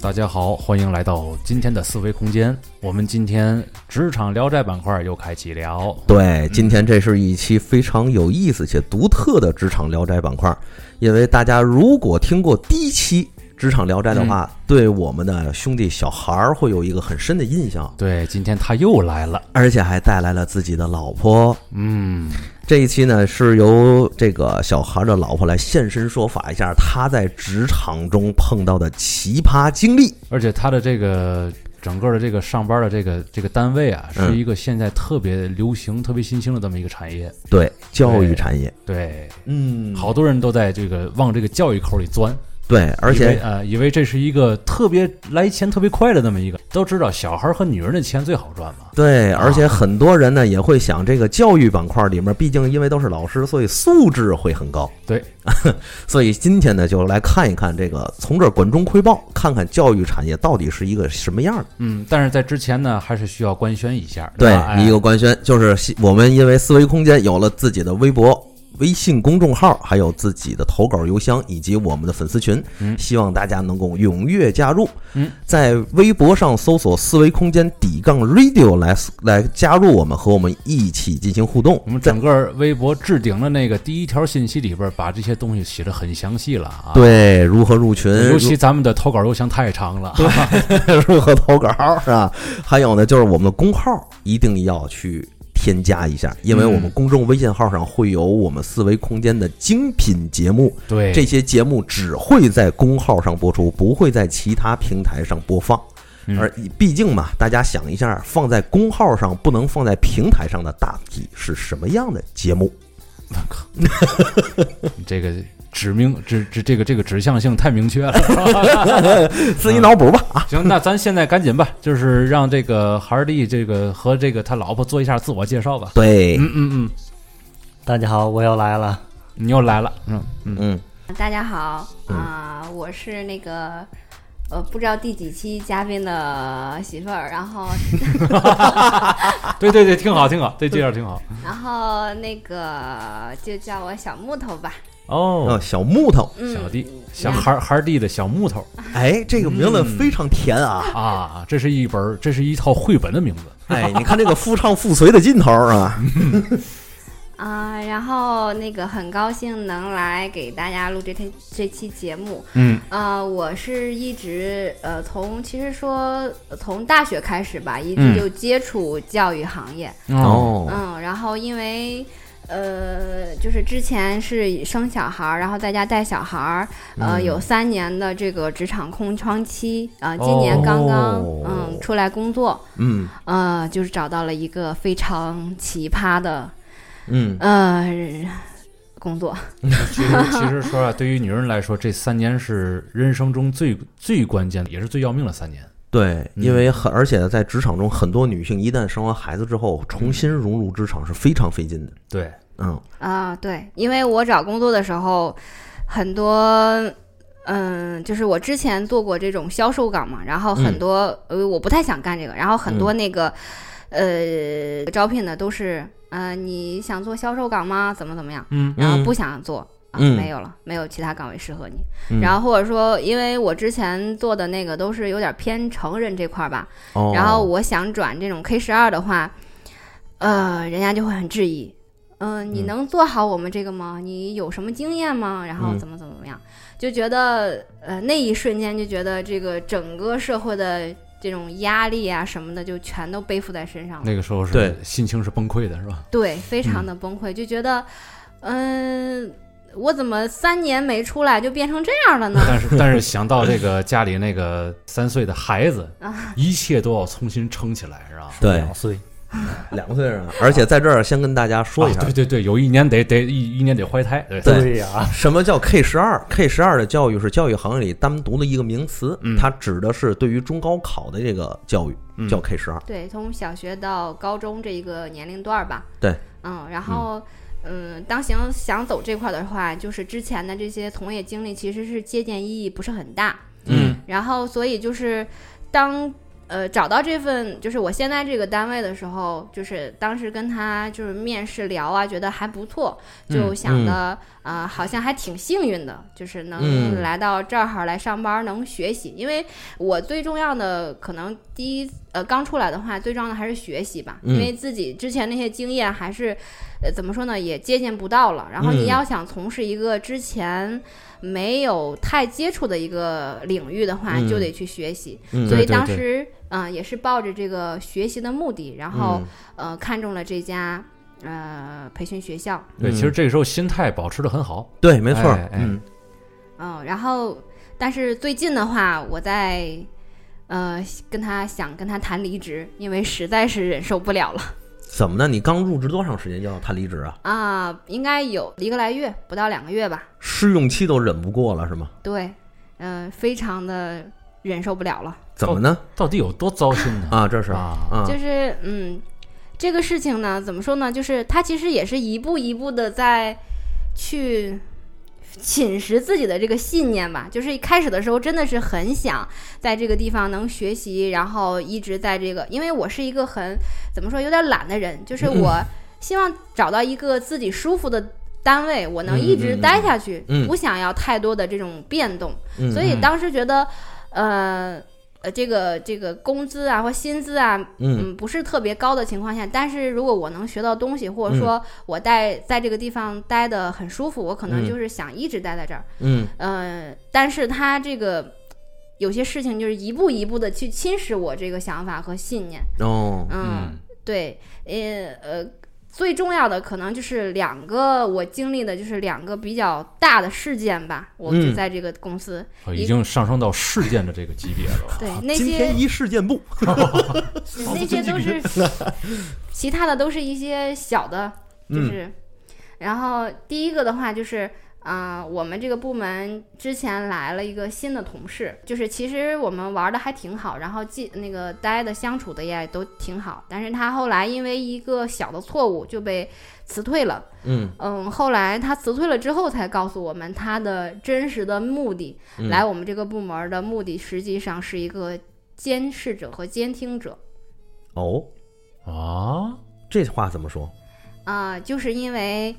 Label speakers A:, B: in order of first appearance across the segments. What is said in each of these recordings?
A: 大家好，欢迎来到今天的思维空间。我们今天职场聊斋板块又开启了。
B: 对，今天这是一期非常有意思且独特的职场聊斋板块，因为大家如果听过第一期职场聊斋的话，对我们的兄弟小孩儿会有一个很深的印象，
A: 对，今天他又来了。
B: 而且还带来了自己的老婆。
A: 嗯，
B: 这一期呢，是由这个小孩儿的老婆来现身说法一下他在职场中碰到的奇葩经历。
A: 而且他的这个整个的这个上班的这个这个单位啊，
B: 嗯
A: 是一个现在特别流行、特别新兴的这么一个产业。
B: 对，教育产业，
A: 对，
B: 嗯
A: 好多人都在这个往这个教育口里钻，
B: 对，而
A: 以为
B: 且
A: 呃，以为这是一个特别来钱特别快的这么一个。都知道小孩和女人的钱最好赚嘛。
B: 对，而且很多人呢也会想，这个教育板块里面，毕竟因为都是老师，所以素质会很高。
A: 对，
B: 所以今天呢，就来看一看这个从这儿管中窥豹，看看教育产业到底是一个什么样的。
A: 嗯，但是在之前呢，还是需要官宣一下。
B: 对
A: 吧哎
B: 你有官宣，就是希我们因为思维空间有了自己的微博。微信公众号，还有自己的投稿邮箱，以及我们的粉丝群，
A: 嗯
B: 希望大家能够踊跃加入。
A: 嗯，
B: 在微博上搜索“思维空间底杠 radio” 来来加入我们，和我们一起进行互动。
A: 我们整个微博置顶的那个第一条信息里边，把这些东西写的很详细了啊。，
B: 对，如何入群？
A: 尤其咱们的投稿邮箱太长了。
B: 如如何投稿是吧？还有呢，就是我们的公号一定要去添加一下，
A: 嗯
B: 因为我们公众微信号上会有我们思维空间的精品节目，
A: 对，
B: 这些节目只会在公号上播出，不会在其他平台上播放。
A: 嗯
B: 而毕竟嘛，大家想一下，放在公号上不能放在平台上的大体是什么样的节目？
A: 这个指明指指这个这个指向性太明确了。
B: 自己脑补吧啊！
A: 行，那咱现在赶紧吧，就是让这个孩儿弟这个和这个他老婆做一下自我介绍吧。
B: 对，
A: 嗯嗯嗯，
C: 大家好，我又来了。
A: 你又来了。嗯嗯，
B: 嗯，
D: 大家好
B: 嗯
D: 啊、我是那个呃不知道第几期嘉宾的媳妇儿，然后
A: 对对对，挺好挺好，这介绍挺好。
D: 然后那个就叫我小木头吧，
B: 啊，
A: 哦，
B: 小木头，
D: 嗯，
A: 小弟，小孩儿孩儿弟的小木头
B: 哎，这个名字非常甜啊！
A: 啊，这是一本儿，这是一套绘本的名字。
B: 哎，你看这个夫唱妇随的劲头儿啊！
D: 啊、然后那个很高兴能来给大家录这天这期节目，
A: 嗯，
D: 啊、我是一直呃从其实说呃从大学开始吧，一
A: 嗯
D: 直就接触教育行业，
A: 哦，
D: 嗯，然后因为呃，就是之前是生小孩儿，然后在家带小孩儿，呃，有三年的这个职场空窗期啊、呃今年刚刚、
B: 哦
D: 嗯出来工作，
B: 嗯
D: 呃，就是找到了一个非常奇葩的
B: 嗯，
D: 呃工作，
A: 其实， 其实说啊，对于女人来说，这三年是人生中最最关键的，也是最要命的三年。
B: 对，
A: 嗯
B: 因为很而且在职场中，很多女性一旦生完孩子之后，重新融入职场是非常费劲的。
A: 对，
B: 嗯，
D: 啊、对，因为我找工作的时候，很多，嗯，就是我之前做过这种销售岗嘛，然后很
B: 嗯
D: 多，呃，我不太想干这个，然后很多那个，呃，招聘的都是，呃，你想做销售岗吗？怎么怎么样？
A: 嗯
D: 然后
B: 嗯
D: 不想做。啊，
B: 嗯
D: 没有了，没有其他岗位适合你。
B: 嗯
D: 然后或者说，因为我之前做的那个都是有点偏成人这块儿吧，
B: 哦，
D: 然后我想转这种 K 十二的话，呃，人家就会很质疑，嗯、你
B: 嗯
D: 能做好我们这个吗？你有什么经验吗？然后
B: 嗯
D: 怎么怎么怎么样，就觉得呃那一瞬间就觉得这个整个社会的这种压力啊什么的，就全都背负在身
B: 嗯
D: 上了。
A: 那个时候是
B: 对
A: 心情是崩溃的，是 吧？
D: 对，非常的崩溃，就觉得，嗯、我怎么三年没出来就变成这样了呢？
A: 但是，但是想到这个家里那个三岁的孩子，一切都要重新撑起来，是吧？
B: 对
C: 两岁，
B: 两岁人，而且在这儿先跟大家说一
A: 啊
B: 下
A: 对，对对，有一年得得一一年得怀胎，对
B: 对
C: 呀、
B: 什么叫 K 十二？K 十二的教育是教育行业里单独的一个名词，
A: 嗯
B: 它指的是对于中高考的这个教育
A: 嗯
B: 叫 K 十二。
D: 对，从小学到高中这一个年龄段儿吧。
B: 对，
D: 嗯，然后，嗯，当想想走这块儿的话，就是之前的这些从业经历其实是借鉴意义不是很大，
A: 嗯
D: 然后所以就是当。呃，找到这份就是我现在这个单位的时候，就是当时跟他就是面试聊啊，觉得还不错，就
A: 嗯
D: 想的、呃，好像还挺幸运的，就是
B: 嗯
D: 能来到这儿来上班，能学习。因为我最重要的可能第一呃刚出来的话，最重要的还是学习吧，
B: 嗯
D: 因为自己之前那些经验还是呃怎么说呢，也借鉴不到了。然后
B: 嗯
D: 你要想从事一个之前没有太接触的一个领域的话，
B: 嗯
D: 就得去学习。
B: 嗯
D: 所
A: 对
D: 以
A: 对
D: 当
A: 对嗯
D: 时嗯、呃也是抱着这个学习的目的，然后、
B: 嗯
D: 呃看中了这家呃培训学校。
A: 对，
B: 嗯
A: 其实这个时候心态保持的很好，
B: 对，没错
A: 哎，哎
B: 嗯
D: 嗯，然后但是最近的话，我在呃跟他想跟他谈离职，因为实在是忍受不了 了
B: 怎么呢？你刚入职多长时间就要谈离职啊？
D: 啊、应该有一个来月，不到两个月吧。
B: 试用期都忍不过了是吗？
D: 对，嗯、非常的忍受不了了，
B: 怎么呢？
A: 到底有多糟心呢？
B: 啊，这是
A: 啊
B: 啊，
D: 就是嗯，这个事情呢，怎么说呢？就是他其实也是一步一步的在去。侵蚀自己的这个信念吧，就是一开始的时候真的是很想在这个地方能学习，然后一直在这个，因为我是一个很怎么说有点懒的人，就 是我希望找到一个自己舒服的单位，我能一直待下去，
B: 嗯嗯嗯嗯
D: 不想要太多的这种变动，
B: 嗯
D: 所以当时觉得，呃。呃，这个这个工资啊或薪资啊，
B: 嗯
D: 嗯，不是特别高的情况下，但是如果我能学到东西，
B: 嗯
D: 或者说我待在这个地方待的很舒服，我可能
B: 嗯
D: 就是想一直待在这儿。
B: 嗯
D: 呃，但是他这个有些事情就是一步一步的去侵蚀我这个想法和信念。
B: 哦
D: 嗯，
A: 嗯
D: 对，呃呃，最重要的可能就是两个我经历的就是两个比较大的事件吧，我就
B: 嗯
D: 在这个公司。
A: 哦已经上升到事件的这个级别了吧？
D: 对，那
B: 今
D: 些
B: 天一事件簿，
D: 那些都是其他的都是一些小的，就是，然后第一个的话就是。啊、我们这个部门之前来了一个新的同事，就是其实我们玩的还挺好，然后记那个待的相处的也都挺好，但是他后来因为一个小的错误就被辞退了。
B: 嗯
D: 嗯，后来他辞退了之后才告诉我们他的真实的目的，
B: 嗯
D: 来我们这个部门的目的实际上是一个监视者和监听者。
B: 哦，
A: 啊，
B: 这话怎么说？
D: 啊、就是因为，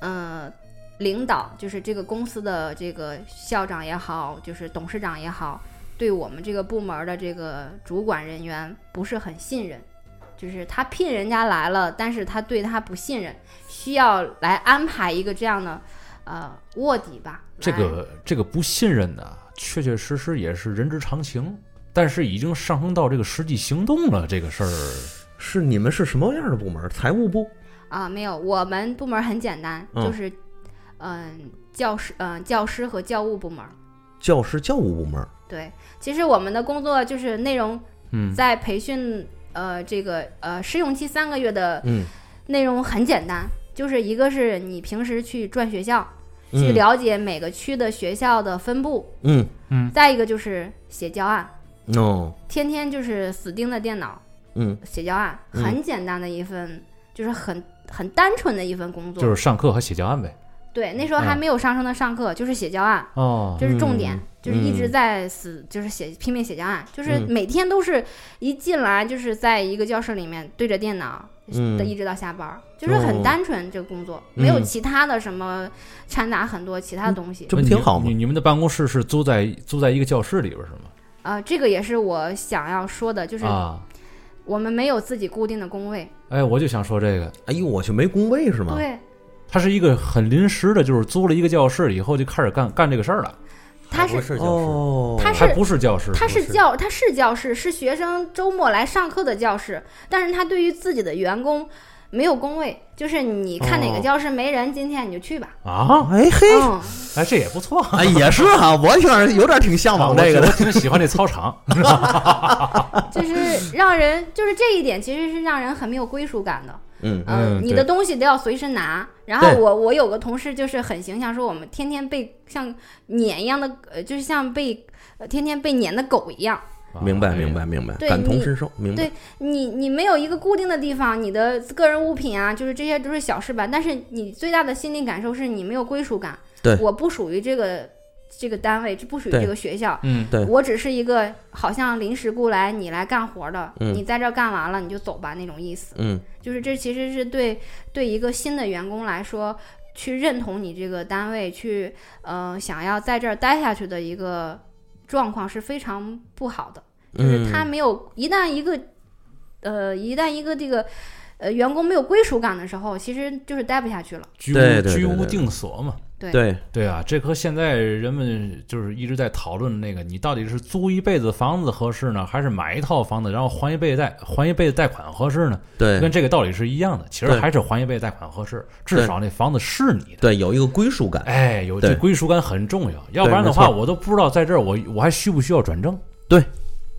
D: 呃，领导就是这个公司的这个校长也好，就是董事长也好，对我们这个部门的这个主管人员不是很信任，就是他聘人家来了，但是他对他不信任，需要来安排一个这样的呃卧底吧。
A: 这
D: 来
A: 个这个不信任呢，确确实实也是人之常情，但是已经上升到这个实际行动了，这个事儿
B: 是你们是什么样的部门？财务部？
D: 啊、没有，我们部门很简单，
B: 嗯
D: 就是嗯、教师嗯、教师和教务部门。
B: 教师教务部门？
D: 对，其实我们的工作就是内容
A: 嗯
D: 在培训呃这个呃试用期三个月的
B: 嗯，
D: 内容很简单，就是一个是你平时去转学校，去
B: 嗯
D: 了解每个区的学校的分布，
B: 嗯
D: 再一个就是写教案，
B: 哦
D: 天天就是死盯着电脑
B: 嗯
D: 写教案，
B: 嗯
D: 很简单的一份，就是很很单纯的一份工作。
A: 就是上课和写教案呗。
D: 对，那时候还
A: 嗯
D: 没有上升的上课，就是写教案。
A: 哦，
D: 这是重点，
B: 嗯
D: 就是一直在死，就是写拼命写教案，就是
B: 嗯
D: 每天都是一进来就是在一个教室里面对着电脑，
B: 嗯
D: 的一直到下班儿，就是
B: 哦
D: 很单纯这个工作，
B: 嗯
D: 没有其他的什么掺杂很多其他的东西
B: 这。不挺好吗
A: 你你们的办公室是租在租在一个教室里边是吗？
D: 啊，这个也是我想要说的，就是
A: 啊，
D: 我们没有自己固定的工位，
A: 哎，我就想说这个，
B: 哎呦，我去没工位是吗？
A: 啊
D: 对，
A: 它是一个很临时的，就是租了一个教室以后就开始干干这个事儿了，
D: 他
E: 不
D: 是
E: 是教
B: 哦，
D: 他
A: 还不是教室，
D: 他
E: 不
D: 是
E: 是
D: 教他是教室，是学生周末来上课的教室，但是他对于自己的员工没有工位，就是你看哪
B: 哦
D: 个教室没人，今天你就去吧。
A: 啊，
B: 哎 嘿，
D: 嗯。
A: 哎，这也不错。
B: 哎也是哈，我有点有点挺向往这个
A: 啊我
B: 的。
A: 我挺喜欢这操场，
D: 就是让人，就是这一点其实是让人很没有归属感的。
B: 嗯
A: 嗯
D: 呃你的东西都要随身拿。然后我我有个同事就是很形象，说我们天天被像撵一样的，呃，就是像被、呃、天天被撵的狗一样。
B: 明白
A: 哎
B: 明白明白，
D: 对
B: 感同
D: 你
B: 身受，明白
D: 对。你你没有一个固定的地方，你的个人物品啊，就是这些都是小事吧。但是你最大的心理感受是你没有归属感。
B: 对
D: 我不属于这个这个单位，这不属于
B: 对
D: 这个学校。
A: 嗯
B: 对
D: 我只是一个好像临时雇来你来干活的，
B: 嗯
D: 你在这儿干完了你就走吧那种意思。
B: 嗯
D: 就是这其实是对对一个新的员工来说，去认同你这个单位，去呃想要在这儿待下去的一个状况是非常不好的。就是他
B: 嗯，
D: 没有一旦一个呃一旦一个这个呃员工没有归属感的时候，其实就是待不下去了。
A: 居
B: 对
A: 无
B: 对
A: 居
B: 对
A: 无
B: 对
A: 定所嘛，
B: 对，
A: 对啊，这和现在人们就是一直在讨论那个，你到底是租一辈子房子合适呢，还是买一套房子然后还一辈子贷还一辈子贷款合适呢？
B: 对
A: 跟这个道理是一样的，其实
B: 对
A: 还是还一辈子贷款合适，至少那房子是你的。
B: 对，有一个归属感。
A: 哎，有这
B: 对
A: 归属感很重要，要不然的话，
B: 没错
A: 我都不知道在这儿我我还需不需要转正？
B: 对，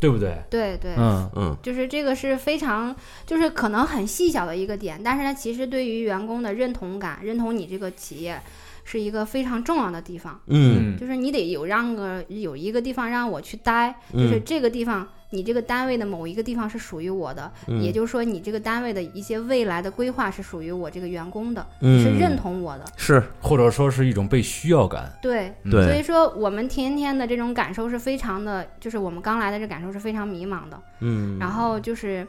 A: 对不对？
D: 对对，
A: 嗯，
B: 嗯，
D: 就是这个是非常，就是可能很细小的一个点，但是它其实对于员工的认同感、认同你这个企业，是一个非常重要的地方。
B: 嗯
D: 就是你得有让个有一个地方让我去待，就是
B: 嗯
D: 这个地方，你这个单位的某一个地方是属于我的，
B: 嗯
D: 也就是说，你这个单位的一些未来的规划是属于我这个员工的，
B: 嗯，
D: 是认同我的。
B: 是
A: 或者说是一种被需要感。
D: 对，
A: 嗯
D: 所以
B: 对，
D: 说我们天天的这种感受是非常的，就是我们刚来的这感受是非常迷茫的。
B: 嗯，
D: 然后就是，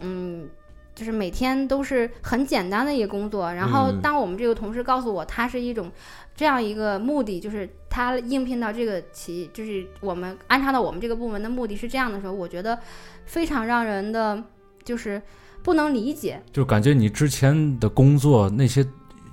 D: 嗯，就是每天都是很简单的一个工作。然后
B: 嗯
D: 当我们这个同事告诉我，他是一种这样一个目的，就是他应聘到这个企，就是我们安插到我们这个部门的目的是这样的时候，我觉得非常让人的就是不能理解。
A: 就感觉你之前的工作那些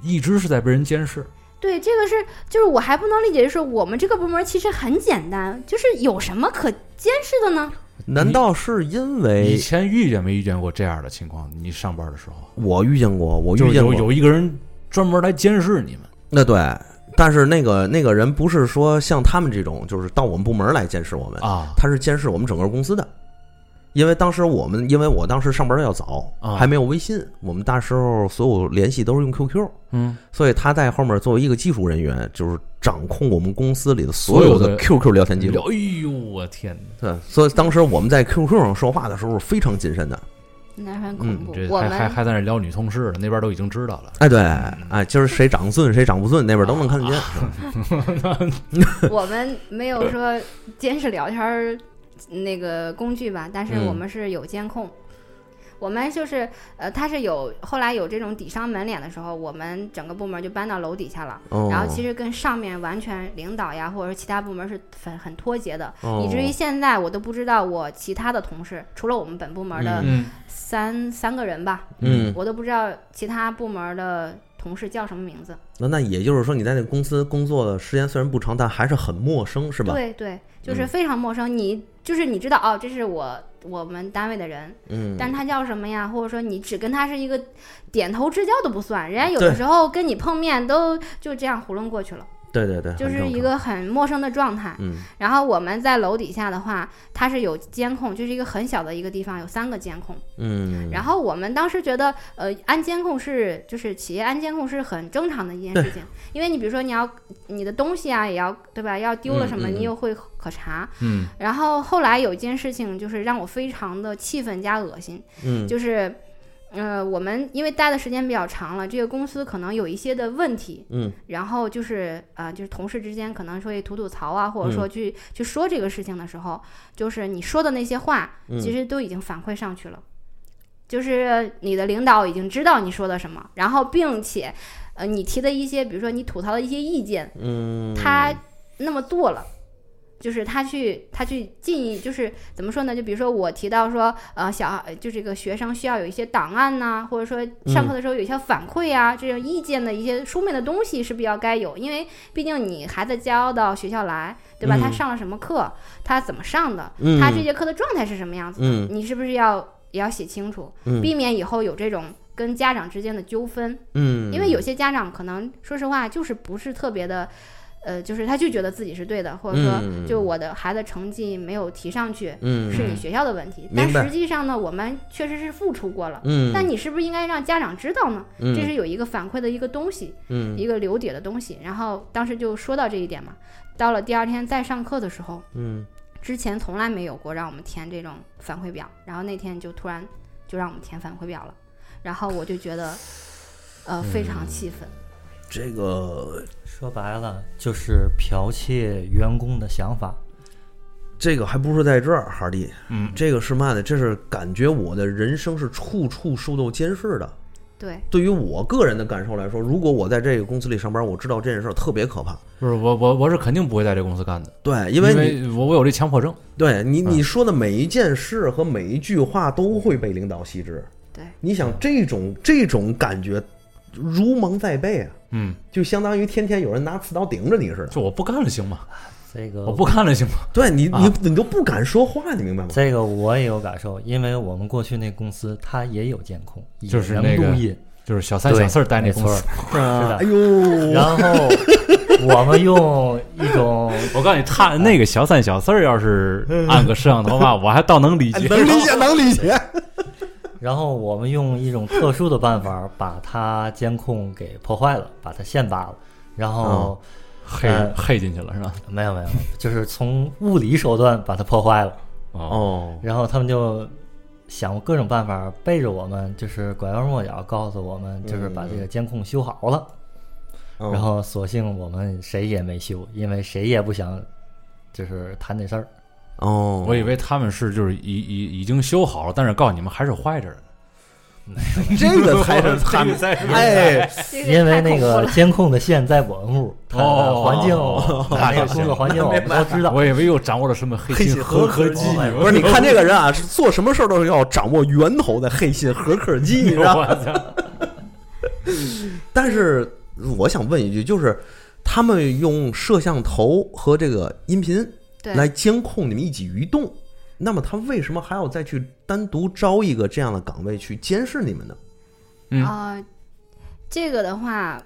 A: 一直是在被人监视。
D: 对，这个是就是我还不能理解，就是我们这个部门其实很简单，就是有什么可监视的呢？
B: 难道是因
A: 以
B: 为
A: 前遇见没遇见过这样的情况？你上班的时候，
B: 我遇见过，我
A: 就
B: 遇
A: 是
B: 见
A: 有
B: 过，
A: 有一个人专门来监视你们。
B: 那对，但是那个那个人不是说像他们这种，就是到我们部门来监视我们，
A: 啊
B: 他是监视我们整个公司的。因为当时我们，因为我当时上班要早，
A: 啊
B: 还没有微信，我们那时候所有联系都是用 QQ，
A: 嗯，
B: 所以他在后面作为一个技术人员，就是掌控我们公司里的所有
A: 所有
B: 的
A: 的
B: QQ 聊天记录。
A: 哎呦我天哪，
B: 对，所以当时我们在 QQ 上说话的时候是非常谨慎的。
D: 那很恐
B: 嗯
D: 怖。
A: 这
D: 我
A: 还还
D: 们
A: 还在那聊女同事呢，那边都已经知道了。
B: 哎，对，哎，今儿谁长顺谁长不顺，那边都能看得见。
D: 我们没有说监视聊天儿那个工具吧，但是
B: 嗯
D: 我们是有监控。我们就是呃，它是有后来有这种底商门脸的时候，我们整个部门就搬到楼底下了。
B: 哦，
D: 然后其实跟上面完全领导呀，或者是其他部门是很很脱节的，
B: 哦
D: 以至于现在我都不知道我其他的同事，除了我们本部门的
A: 嗯，
D: 三、三个人吧，
B: 嗯，
D: 我都不知道其他部门的同事叫什么名字。
B: 那那也就是说，你在那公司工作的时间虽然不长，但还是很陌生，是吧？
D: 对对，就是
B: 嗯
D: 非常陌生。你就是你知道哦，这是我我们单位的人，
B: 嗯，
D: 但他叫什么呀？或者说你只跟他是一个点头之交都不算，人家有的
B: 嗯对
D: 时候跟你碰面都就这样囫囵过去了，
B: 对对对，
D: 就
B: 很
D: 是
B: 正
D: 一
B: 常
D: 个很陌生的状态。
B: 嗯
D: 然后我们在楼底下的话，它是有监控，就是一个很小的一个地方，有三个监控。
B: 嗯，
D: 然后我们当时觉得，呃，安监控是就是企业安监控是很正常的一件 事情，因为你比如说你要你的东西啊，也要对吧？要丢了
B: 嗯
D: 什么，
B: 嗯
D: 你
B: 嗯
D: 又会可查。
A: 嗯，
D: 然后后来有一件事情，就是让我非常的气愤加恶心，
B: 嗯
D: 就是，呃，我们因为待的时间比较长了，这个公司可能有一些的问题，
B: 嗯
D: 然后就是呃，就是同事之间可能会吐吐槽啊，或者
B: 嗯
D: 说去、去说这个事情的时候，就是你说的那些话，
B: 嗯
D: 其实都已经反馈上去了，就是你的领导已经知道你说的什么，然后并且，呃，你提的一些，比如说你吐槽的一些意见，
B: 嗯，
D: 他那么做了。就是他去，他去进一，就是怎么说呢？就比如说我提到说，呃，小就这个学生需要有一些档案呐、或者说上课的时候有一些反馈啊，这种意见的一些书面的东西是比较该有，因为毕竟你孩子教到学校来，对吧？
B: 嗯
D: 他上了什么课，他怎么上的，
B: 嗯
D: 他这节课的状态是什么样子，
B: 嗯
D: 你是不是要也要写清楚，
B: 嗯
D: 避免以后有这种跟家长之间的纠纷。
B: 嗯，
D: 因为有些家长可能说实话就是不是特别的，呃，就是他就觉得自己是对的，或者
B: 嗯
D: 说就我的孩子成绩没有提上去，
B: 嗯
D: 是你学校的问题。
B: 明
D: 但
B: 白
D: 实际上呢，我们确实是付出过了。
B: 嗯，
D: 但你是不是应该让家长知道呢？
B: 嗯
D: 这是有一个反馈的一个东西，
B: 嗯
D: 一个留底的东西。然后当时就说到这一点嘛。到了第二天再上课的时候，
B: 嗯
D: 之前从来没有过让我们填这种反馈表，然后那天就突然
B: 嗯
D: 就让我们填反馈表了，然后我就觉得，呃，非常气愤。
B: 这个
C: 说白了就是剽窃员工的想法。
B: 这个还不是在这儿，哈利，
A: 嗯，
B: 这个是嘛呢？这是感觉我的人生是处处受到监视的。
D: 对，
B: 对于我个人的感受来说，如果我在这个公司里上班，我知道这件事儿特别可怕。
A: 不是我我我是肯定不会在这公司干的，
B: 对，
A: 因
B: 因为你
A: 我我有这强迫症，
B: 对你你说的每一件事和每一句话都会被领导细致。
D: 对，
B: 你想这种这种感觉如芒在背啊，
A: 嗯，
B: 就相当于天天有人拿刺刀顶着你似的。
A: 就我不干了行吗？
C: 这个
B: 哦
A: 我不干了行吗？
B: 对你
A: 啊
B: 你你都不敢说话，你明 白吗？
C: 这个我也有感受，因为我们过去那公司它也有监控，也
A: 就是
C: 能
A: 那个
C: 录音，
A: 就是小三小四儿待那
C: 没
A: 公
C: 错
A: 司，
B: 啊
C: 的
B: 哎呦，
C: 然后我们用一种
A: 我告诉你，他那个小三小四儿要是按个摄像头 吧，我还倒能理
B: 哎
A: 解。
B: 能理解能理解。
C: 然后我们用一种特殊的办法把它监控给破坏了，把它线拔了，然后、
A: 黑
B: 哎
C: 呃
A: 黑进去了是吧？
C: 没有没有， 就是从物理手段把它破坏了，
A: 哦，
B: 哦，
C: 然后他们就想各种办法背着我们，就是拐弯抹角告诉我们，就是把这
A: 嗯
C: 个监控修好了，
A: 哦
B: 嗯
C: 然后索性我们谁也没修，因为谁也不想就是谈这事儿，
B: 哦，
A: 我以为他们是就是已已已经修好了，但是告诉你们还是坏着呢。
B: 这个才 是他们
A: 才是
B: 哎，
D: 这
C: 因为
D: 太恐
C: 那
D: 怖
C: 个
D: 了
C: 监控的线在我们屋，它的
A: 哦
C: 环境，
A: 哦
C: 它那
A: 那
C: 个
A: 行
C: 工作 环境我们都知道。
A: 我以为又掌握了什么黑
B: 黑
A: 心
B: 心黑
A: 科
B: 科
A: 技
B: 技，
A: 我
B: 不是 你看这个人啊，是做什么事儿都是要掌握源头的黑心合客机， 你知道吗？
A: 我操！
B: 但是我想问一句，就是他们用摄像头和这个音频
D: 对
B: 来监控你们一举一动，那么他为什么还要再去单独招一个这样的岗位去监视你们呢？
A: 嗯
D: 啊、这个的话，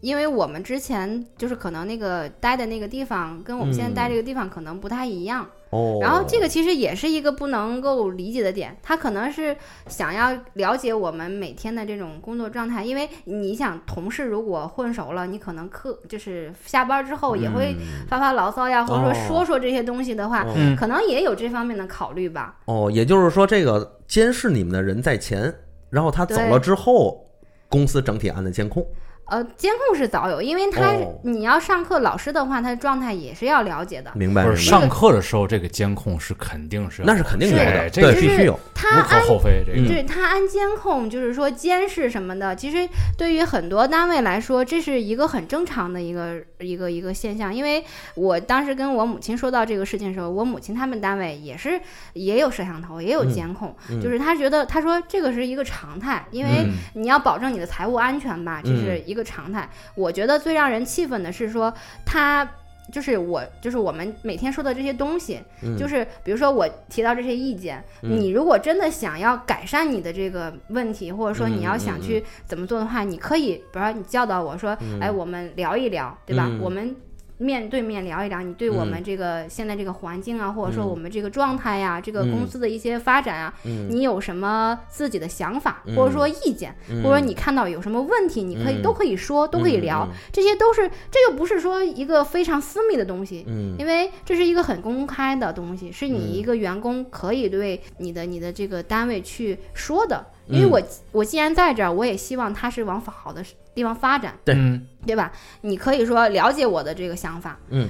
D: 因为我们之前就是可能那个待的那个地方跟我们现在
C: 嗯
D: 待这个地方可能不太一样，
B: 哦，
D: 然后这个其实也是一个不能够理解的点，他可能是想要了解我们每天的这种工作状态，因为你想同事如果混熟了，你可能课就是下班之后也会
C: 嗯
D: 发发牢骚呀，或者说
B: 哦
D: 说说这些东西的话，
B: 哦
A: 嗯
D: 可能也有这方面的考虑吧。
B: 哦，也就是说，这个监视你们的人在前，然后他走
D: 对
B: 了之后，公司整体按的监控。
D: 呃，监控是早有，因为他、
B: 哦嗯
D: 你要上课，老师的话，他的状态也是要了解的。
B: 明白，
A: 不是
B: 明白
A: 上课的时候，这个监控是肯定是
B: 那是肯定有的，
A: 对这个
B: 对，
D: 是
B: 必须有。
D: 他
A: 无可
D: 安
A: 厚非。这个
B: 嗯
A: 嗯
D: 对他安监控，就是说监视什么的，其实对于很多单位来说，这是一个很正常的一个一个一个现象。因为我当时跟我母亲说到这个事情的时候，我母亲他们单位也是也有摄像头，也有监控，
B: 嗯
D: 就是她觉得她说这个是一个常态，因为
A: 嗯
D: 你要保证你的财务安全吧，这是
B: 嗯
D: 一个常态。我觉得最让人气愤的是说他。就是我，就是我们每天说的这些东西，
B: 嗯
D: 就是比如说我提到这些意见，
B: 嗯
D: 你如果真的想要改善你的这个问题，或者说你要想
B: 嗯
D: 去怎么做的话，你可以，比如说你教导我说，哎，我们聊一聊，对吧？
B: 嗯
D: 我们。面对面聊一聊，你对我们这个现在这个环境
B: 嗯
D: 啊，或者说我们这个状态呀、这个公司的一些发展啊，
B: 嗯
D: 你有什么自己的想法，或者说意见，
B: 嗯
D: 或者说你看到有什么问题，你可以、都可以说，都可以
B: 嗯
D: 聊，这些都是这又不是说一个非常私密的东西，
B: 嗯
D: 因为这是一个很公开的东西，是你一个员工可以对你的你的这个单位去说的。
B: 嗯
D: 因为我我既然在这儿，我也希望它是往好的地方发展，
B: 对
A: 嗯
D: 对吧？你可以说了解我的这个想法，
B: 嗯，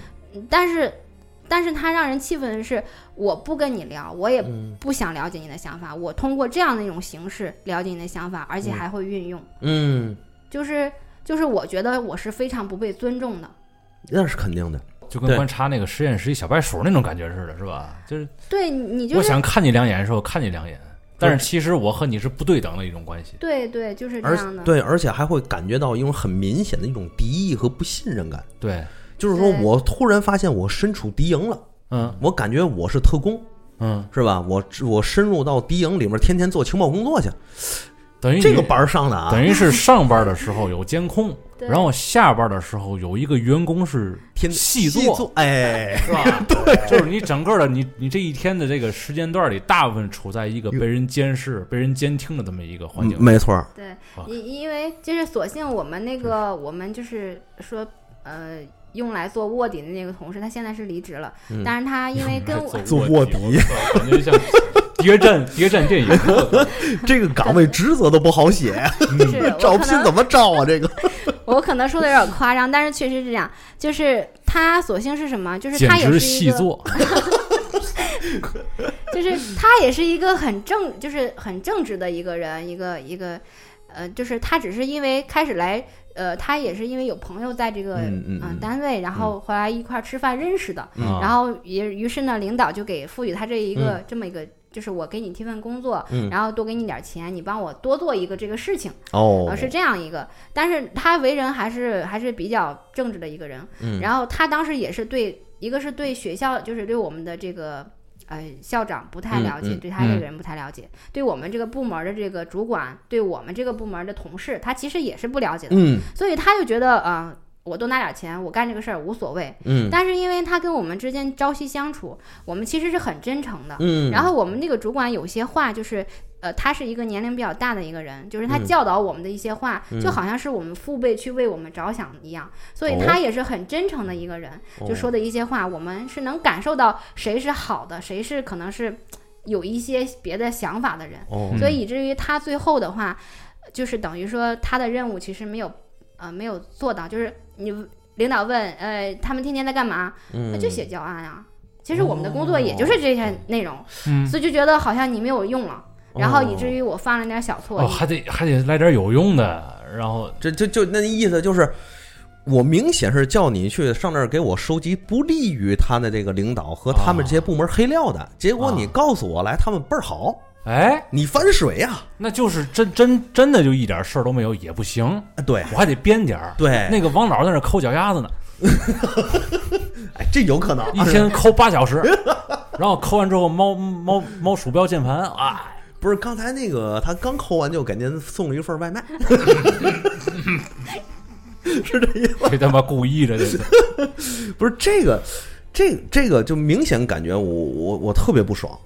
D: 但是。但是他让人气愤的是，我不跟你聊，我也
B: 嗯
D: 不想了解你的想法。我通过这样的一种形式了解你的想法，而且还会运用，
B: 嗯，
D: 就是就是我觉得我是非常不被尊重的。
B: 那是肯定的。
A: 就跟
B: 对
A: 观察那个实验室一小白鼠那种感觉似的，是吧？就是
D: 对你就
A: 我
D: 是
A: 想看你两眼的时候看你两眼，但是其实我和你是不对等的一种关系。
D: 对对，就是这
B: 而
D: 样的。
B: 对，而且还会感觉到一种很明显的一种敌意和不信任感，
A: 对，
B: 就是说
D: 对
B: 我突然发现我身处敌营了，
A: 嗯
B: 我感觉我是特工，
A: 嗯，
B: 是吧？我我深入到敌营里面，天天做情报工作去，
A: 等哎于你
B: 这个班儿上的啊，
A: 等于是上班的时候有监控，
D: 对
A: 然后下班的时候有一个员工 是
B: 天
A: 细
B: 做，
A: 作，
B: 哎，
A: 是 吧？对，就是你整个的你你这一天的这个时间段里，大部分处在一个被人监 视、被人监听的这么一个环境。
B: 嗯没错儿，
D: 对
A: 啊，嗯
D: 因因为就是索性我们那个我们就是说呃用来做卧底的那个同事，他现在是离职了，
A: 嗯
D: 但 是他因为跟我
B: 做卧底
A: 我操感觉像谍战谍战电影。
B: 这个岗位职责都不好写，
D: 就是我
B: 招
D: 可
B: 聘
D: 能
B: 怎么招啊？这个
D: 我可能说的有点夸张，但是确实是这样。就是他索性是什么？就是
A: 简
D: 他也
A: 直
D: 是一
A: 细
D: 个，
A: 作。
D: 就是他也是一个很正，就是很正直的一个人，一个一个，呃，就是他只是因为开始来，呃，他也是因为有朋友在这个
B: 嗯嗯
D: 呃
B: 嗯
D: 单位，然后回来一块儿吃饭认识的，
A: 嗯
D: 然后也于是呢，领导就给赋予他这一个、这么一个，就是我给你这份工作，
B: 嗯
D: 然后多给你点儿钱，你帮我多做一个这个事情。
B: 哦
D: 呃，，是这样一个，但是他为人还是还是比较正直的一个人。
B: 嗯
D: 然后他当时也是对，一个是对学校，就是对我们的这个呃校长不太
B: 嗯
D: 了解，
B: 嗯
D: 对他
A: 嗯
D: 这个人不太了解，对我们这个部门儿的这个主管，对我们这个部门儿的同事，他其实也是不了解的，
B: 嗯
D: 所以他就觉得啊、我多拿点钱，我干这个事儿无所谓。
B: 嗯
D: 但是因为他跟我们之间朝夕相处，我们其实是很真诚的，
B: 嗯，
D: 然后我们那个主管有些话就是，呃，他是一个年龄比较大的一个人，就是他
B: 嗯
D: 教导我们的一些话，就
B: 嗯
D: 好像是我们父辈去为我们着想一样，所以
B: 哦
D: 他也是很真诚的一个人，就说的一些话，我们是能感受到谁是好的，谁是可能是有一些别的想法的人，
B: 哦，
A: 嗯
D: 所以以至于他最后的话，就是等于说他的任务其实没有，呃，没有做到，就是你领导问，呃，他们天天在干嘛？那
B: 嗯哦
D: 就写教案啊。其实我们的工作也就是这些内容，
A: 嗯，
D: 所以就觉得好像你没有用了，
B: 哦
D: 然后以至于我犯了点小错。
A: 哦，还得还得来点有用的，然后
B: 这就就那意思就是，我明显是叫你去上那儿给我收集不利于他的这个领导和他
A: 啊
B: 们这些部门黑料的，结果你告诉我来，他们倍儿好，
A: 哎，
B: 你翻水呀、
A: 那就是真真真的就一点事儿都没有也不行，
B: 啊？对
A: 我还得编点儿。
B: 对，
A: 那个王老在那抠脚丫子呢，
B: 哎，这有可能
A: 一天抠八小 时，然后抠完之后猫猫猫鼠标键盘啊，
B: 不是刚才那个他刚扣完就给您送了一份外卖， 是这意思？
A: 这他妈故意的，这是
B: 不是这个，这这个就明显感觉我我我特别不爽。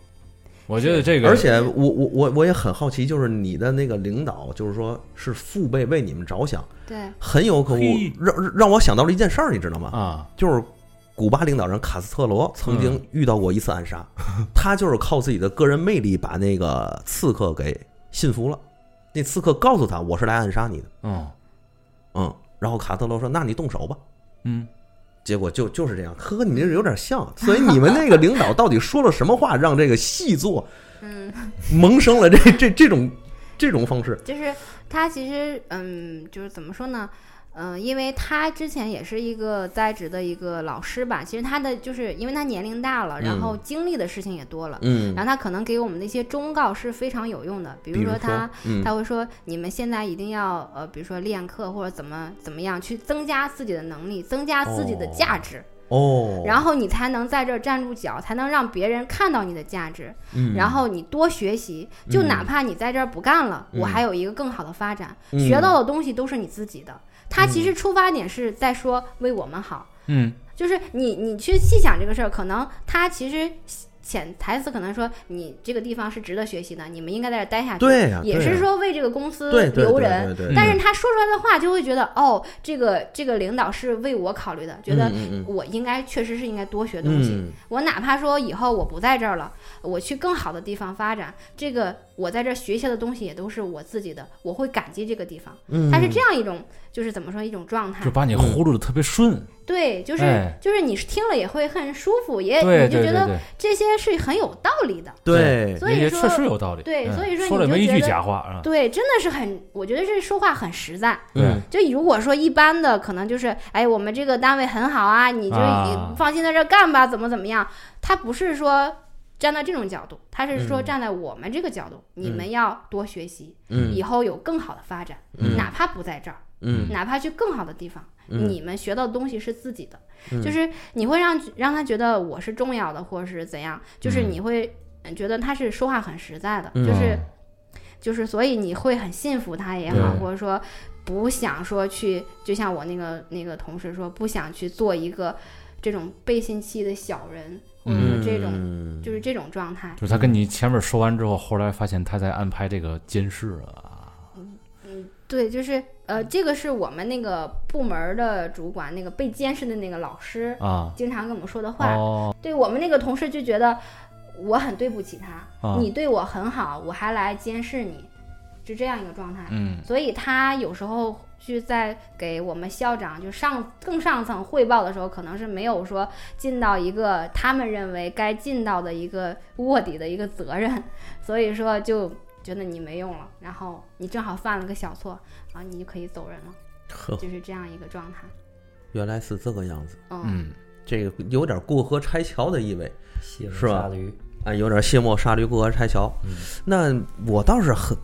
A: 我觉得这个，
B: 而且我我我我也很好奇，就是你的那个领导，就是说是父辈为你们着想，
D: 对，
B: 很有可能
A: 嘿
B: 让让我想到了一件事儿，你知道吗？
A: 啊，
B: 就是古巴领导人卡斯特罗曾经
D: 嗯
B: 遇到过一次暗杀，他就是靠自己的个人魅力把那个刺客给信服了。那刺客告诉他：“我是来暗杀你的。
A: 嗯”
B: 嗯，然后卡特罗说：“那你动手吧。
A: 嗯，”
B: 结果就就是这样，呵呵，你这有点像。啊所以你们那个领导到底说了什么话，让这个细作
D: 嗯，
B: 萌生了这这这种这种方式？
D: 就是他其实，嗯，就是怎么说呢？嗯，因为他之前也是一个在职的一个老师吧，其实他的就是因为他年龄大了，然后经历的事情也多了，
B: 嗯
D: 然后他可能给我们的一些忠告是非常有用的，比
B: 比
D: 如
B: 如
D: 说他。
B: 嗯
D: 他会说你们现在一定要呃，比如说练课或者怎么怎么样去增加自己的能力，增加自己的价值，
B: 哦，
D: 然后你才能在这儿站住脚，才能让别人看到你的价值。
B: 嗯
D: 然后你多学习，就哪怕你在这儿不干了，
B: 嗯
D: 我还有一个更好的发展，
B: 嗯
D: 学到的东西都是你自己的。他其实出发点是在说为我们好，
A: 嗯，
D: 就是你你去细想这个事儿，可能他其实。潜台词可能说你这个地方是值得学习的，你们应该在这儿待下去。
B: 对呀
D: 也
B: 对
D: 是
B: 呀
D: 说为这个公司
B: 对对
D: 留
B: 对嗯
D: 人。
B: 对对
D: 但是他说出来的话就会觉得，哦，这个这个领导是为我考虑的，觉得
B: 嗯嗯嗯
D: 我应该确实是应该多学东西。
B: 嗯
D: 我哪怕说以后我不在这儿了，我去更好的地方发展，这个我在这儿学习的东西也都是我自己的，我会感激这个地方。
B: 嗯，
D: 他是这样一种，就是怎么说一种状态
A: 就。把你呼噜的特别顺，
D: 对，就是、
A: 哎
D: 就是你听了也会很舒服，也
A: 对
D: 哎你就
A: 对对
D: 觉得
A: 对，
D: 这些是很有道理的。
B: 对，
D: 所以
A: 也
D: 说
A: 确实有道理，
D: 对
A: 嗯
D: 所以说你
A: 说了
D: 就
A: 没一
D: 觉
A: 句
D: 得
A: 假话啊，
D: 对，真的是很，我觉得这说话很实在。
B: 嗯
A: 对，
D: 就如果说一般的，可能就是，哎，我们这个单位很好啊，你就
A: 啊
D: 放心在这儿干吧，怎么怎么样？他不是说站在这种角度，他是说站在我们这个角度，你们要多学习，
B: 嗯
D: 以后有更好的发展，哪怕不在这儿，
B: 嗯
D: 哪怕去更好的地方，
B: 嗯
D: 你们学到的东西是自己的，就是你会让让他觉得我是重要的，或者是怎样，就是你会呃觉得他是说话很实在的，
B: 嗯
D: 就是就是所以你会很信服他也好，
A: 对
D: 或者说不想说去，就像我那个那个同事说，不想去做一个这种背信弃义的小人，或
B: 嗯
D: 者是这种、
B: 种
D: 就是这种状态
A: 就。是他跟你前面说完之后，后来发现他在安排这个监视啊，
D: 对，就是呃，这个是我们那个部门的主管，那个被监视的那个老师。
A: 啊，
D: 经常跟我们说的话，
A: 哦，
D: 对我们那个同事就觉得我很对不起他，
A: 啊
D: 你对我很好，我还来监视你，是这样一个状态。
A: 嗯
D: 所以他有时候去在给我们校长就上更上层汇报的时候，可能是没有说尽到一个他们认为该尽到的一个卧底的一个责任，所以说就觉得你没用了，然后你正好犯了个小错，然后你就可以走人了，
B: 呵，
D: 就是这样一个状态。
B: 原来是这个样子，
D: 嗯，
A: 嗯，
B: 这个有点过河拆桥的意味。
C: 西门
B: 是吧
C: 杀驴，
B: 啊，有点卸磨杀驴过河拆桥。
C: 嗯
B: 那我倒是很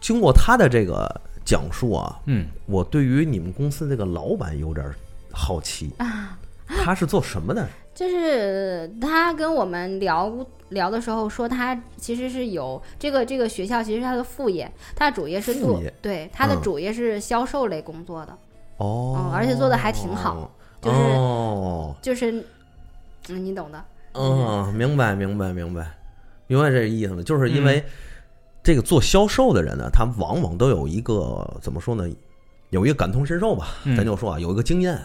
B: 经过他的这个讲述啊，
A: 嗯，
B: 我对于你们公司这个老板有点好奇，
D: 啊
B: 他是做什么 的？
D: 就是他跟我们聊聊的时候说，他其实是有这个这个学校，其实是他的副业，他的主业是做
B: 副业
D: 对他的
B: 嗯
D: 主业是销售类工作的，
B: 哦
D: 嗯，而且做得还挺好，就是
B: 哦，
D: 就是嗯，你懂的。
B: 嗯，明白，明白，明白，明白这个意思了，就是因为这个做销售的人呢，他往往都有一个怎么说呢，有一个感同身受吧，
A: 嗯
B: 咱就说啊，有一个经验，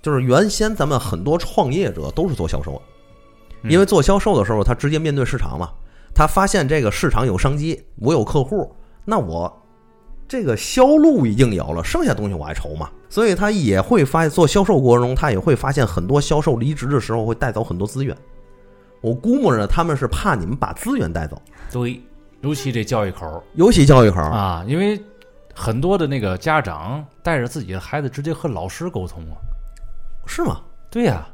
B: 就是原先咱们很多创业者都是做销售的，
A: 嗯
B: 因为做销售的时候，他直接面对市场嘛，他发现这个市场有商机，我有客户，那我这个销路已经有了，剩下东西我还愁嘛。所以他也会发现，做销售过程中，他也会发现很多销售离职的时候会带走很多资源。我估摸着他们是怕你们把资源带走，
A: 对，尤其这教育口儿
B: 尤其教育口儿
A: 啊，因为很多的那个家长带着自己的孩子直接和老师沟通啊。
B: 是吗？
A: 对呀、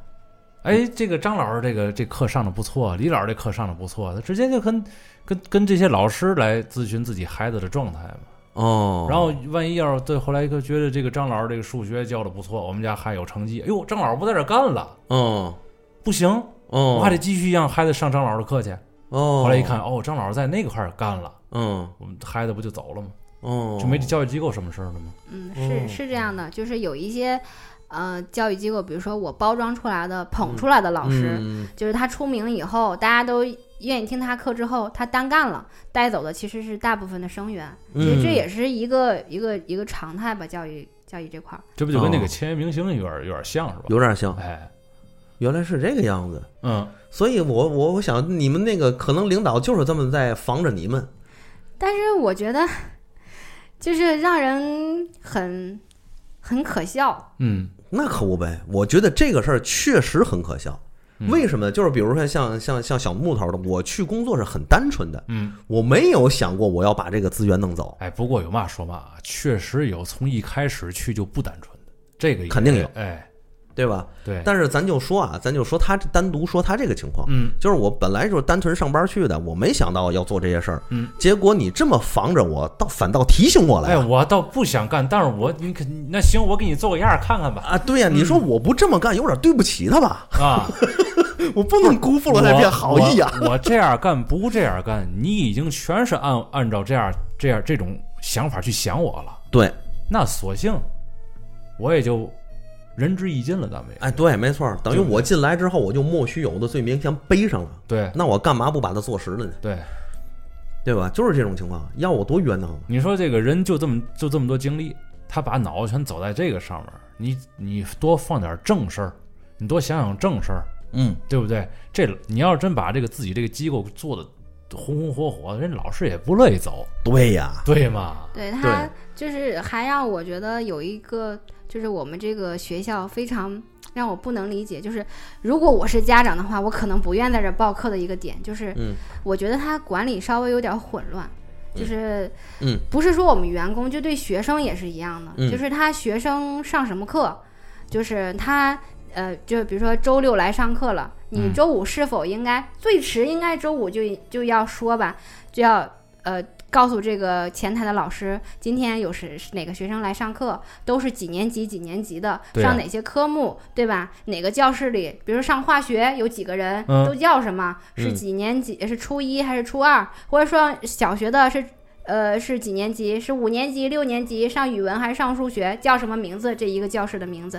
A: 哎，这个张老师这个这课上的不错，啊李老师这课上的不错，他直接就跟跟跟这些老师来咨询自己孩子的状态嘛。
B: 哦，
A: 然后万一要是对后来一个觉得这个张老师这个数学教的不错，我们家孩子有成绩，哎呦，张老师不在这儿干了，
B: 嗯
A: 不行，
B: 嗯，
A: 我还得继续让孩子上张老师的课去。
B: 哦，
A: 后来一看，，哦，张老师在那块儿干了，
B: 嗯
A: 我们孩子不就走了吗？
B: 哦，
A: 就没这教育机构什么事儿了吗？
D: 嗯，
B: 哦
D: 是是这样的，就是有一些，呃，教育机构，比如说我包装出来的、捧出来的老师，
B: 嗯
D: 就是他出名以后，大家都愿意听他课之后，他单干了，带走的其实是大部分的生源，
B: 嗯
D: 其实这也是一个一个一个常态吧，教育教育这块儿。
A: 这不就跟那
B: 哦
A: 个签约明星有点有点像是吧？
B: 有点像，
A: 哎，
B: 原来是这个样子。
A: 嗯，
B: 所以我我我想你们那个可能领导就是这么在防着你们，
D: 但是我觉得， 就是让人很很可笑，
A: 嗯，
B: 那可不呗。我觉得这个事儿确实很可笑。
A: 嗯
B: 为什么呢？就是比如说像像像小木头的，我去工作是很单纯的，
A: 嗯，
B: 我没有想过我要把这个资源弄走。
A: 哎，不过有嘛说嘛啊，确实有从一开始去就不单纯的，这个也
B: 肯定有
A: 哎，
B: 对吧？
A: 对，
B: 但是咱就说啊，咱就说他单独说他这个情况，
A: 嗯，
B: 就是我本来就是单纯上班去的，我没想到要做这些事儿，
A: 嗯，
B: 结果你这么防着我，倒反倒提醒我来
A: 哎，
B: 了
A: 我倒不想干，但是我你可那行，我给你做个样儿看看吧。
B: 啊！对呀、你说我不这么干，有点对不起他吧？
A: 啊，
B: 我不能辜负了他这片好意啊！
A: 我！我这样干不这样干，你已经全是按按照这样这样这种想法去想我了，
B: 对，
A: 那索性我也就仁至义尽了，咱们也
B: 哎，对，没错儿，等于我进来之后，我就莫须有的罪名先背上了。
A: 对
B: 那我干嘛不把它做实了呢？
A: 对。
B: 对吧？就是这种情况，要我多冤枉啊！
A: 你说这个人就这么就这么多精力，他把脑子全走在这个上面儿，你你多放点正事儿，你多想想正事儿，
B: 嗯，
A: 对不对？这你要是真把这个自己这个机构做的红红火火，人老师也不乐意走，
B: 对呀，
A: 对吗？
D: 对他就是还让我觉得有一个，就是我们这个学校非常让我不能理解，就是如果我是家长的话，我可能不愿在这儿报课的一个点，就是
B: 嗯
D: 我觉得他管理稍微有点混乱。就是，
B: 嗯，
D: 不是说我们员工，就对学生也是一样的，
B: 嗯
D: 就是他学生上什么课，就是他，呃，就比如说周六来上课了，你
A: 嗯
D: 周五是否应该、最迟应该周五就就要说吧，就要呃告诉这个前台的老师，今天有是是哪个学生来上课，都是几年级几年级的，
A: 对啊
D: 上哪些科目，对吧？哪个教室里，比如上化学有几个人，
A: 嗯
D: 都叫什么？是
B: 嗯
D: 几年级？是初一还是初二？或者说小学的是。呃，是几年级？是五年级、六年级？上语文还是上数学？叫什么名字？这一个教室的名字，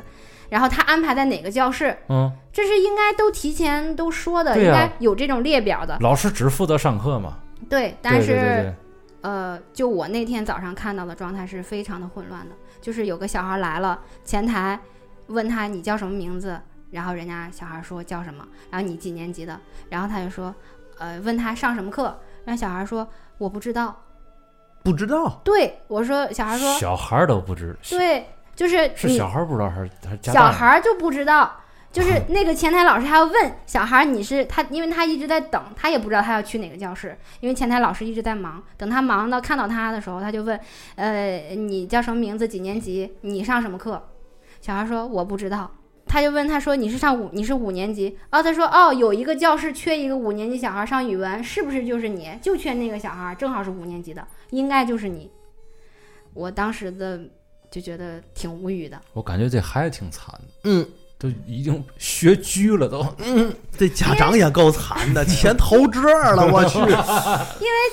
D: 然后他安排在哪个教室？
A: 嗯，
D: 这是应该都提前都说的，
A: 对
D: 应
A: 啊
D: 该有这种列表的。
A: 老师只负责上课嘛，
D: 对，但是
A: 对对对对
D: 呃，就我那天早上看到的状态是非常的混乱的，就是有个小孩来了，前台问他你叫什么名字，然后人家小孩说叫什么，然后你几年级的，然后他就说，呃，问他上什么课，然后小孩说我不知道，
B: 不知道，
D: 对我说，小孩说，
A: 小孩儿都不知，
D: 对，就是
A: 是
D: 你
A: 小孩儿不知道还是还是家
D: 小
A: 大
D: 孩儿就不知道，就是那个前台老师还要问小孩儿你是他，因为他一直在等，他也不知道他要去哪个教室，因为前台老师一直在忙。等他忙到看到他的时候，他就问，呃，你叫什么名字？几年级？你上什么课？小孩儿说我不知道。他就问他说你是上五你是五年级哦，他说哦有一个教室缺一个五年级小孩儿上语文，是不是就是你？就缺那个小孩儿，正好是五年级的，应该就是你。我当时的就觉得挺无语的。
A: 我感觉这孩子挺惨的，
B: 嗯，
A: 都已经学拘了都。
B: 这家长也够惨 的，钱投这儿了，我去，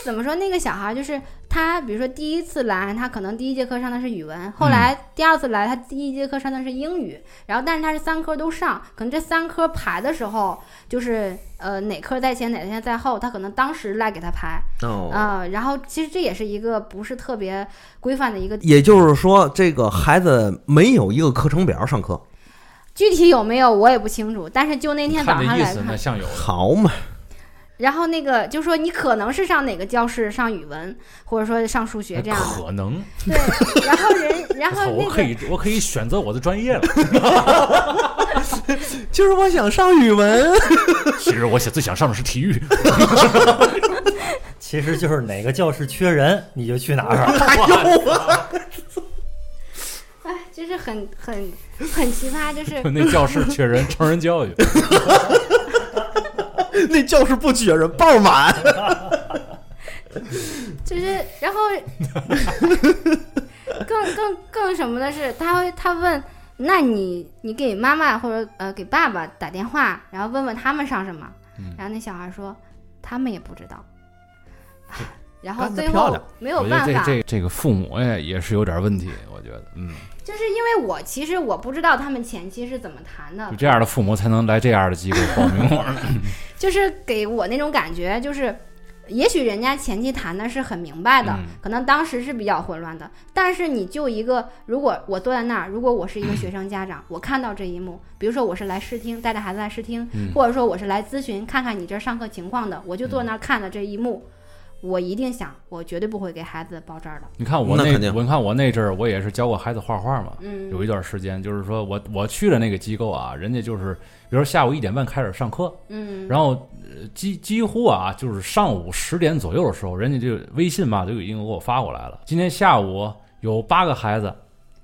D: 怎么说？那个小孩就是他，比如说第一次来，他可能第一节课上的是语文，
A: 嗯
D: 后来第二次来，他第一节课上的是英语，然后但是他是三科都上，可能这三科排的时候，就是呃哪科在前，哪科在后，他可能当时来给他排
B: 哦，
D: 啊、然后其实这也是一个不是特别规范的一个，
B: 也就是说，这个孩子没有一个课程表上课，
D: 具体有没有我也不清楚，但是就那
A: 你
D: 天
A: 看
D: 早
A: 这
D: 上
A: 意
D: 来
A: 思，那像有
B: 好嘛，
D: 然后那个就说你可能是上哪个教室上语文，或者说上数学这样的，
A: 可能，
D: 对，然后 人然后那
A: 我
D: 个
A: 可以我可以选择我的专 业了。
B: 就是我想上语文，
A: 其实我想最想上的是体育，
C: 其实就是哪个教室缺人，你就去哪儿。啊
B: 哎呦，
D: 哎，就是很很很奇葩，就是
A: 那教室缺人，成人教 育。
B: 那教室不缺人，爆满，
D: 就是， 然后更更更什么的是，他会他问，那你你给妈妈或者呃给爸爸打电话，然后问问他们上什么，
A: 嗯
D: 然后那小孩说他们也不知道，然后
B: 干得
D: 最
B: 漂
D: 后
B: 亮
D: 没有
A: 我觉
D: 办
A: 得这
D: 法，
A: 这这个父母哎也是有点问题，我觉得，嗯，
D: 就是因为我其实我不知道他们前期是怎么谈的
A: 就，这样的父母才能来这样的机构报名。
D: 就是给我那种感觉，就是也许人家前期谈 的是很明白的，
A: 嗯
D: 可能当时是比较混乱的，但是你就一个，如果我坐在那儿，如果我是一个学生家长，我看到这一幕，比如说我是来试听，带着孩子来试听，
A: 嗯
D: 或者说我是来咨询看看你这儿上课情况的，我就坐
A: 嗯
D: 那儿看了这一幕，我一定想，我绝对不会给孩子报这儿的。
A: 你看我
B: 那肯
A: 那，
B: 定
A: 我你看我那阵儿，我也是教过孩子画画嘛，
D: 嗯
A: 有一段时间，就是说我我去了那个机构啊，人家就是，比如说下午一点半开始上课，
D: 嗯，
A: 然后呃几几乎啊，就是上午十点左右的时候，人家就微信嘛就已经给我发过来了。今天下午有八个孩子，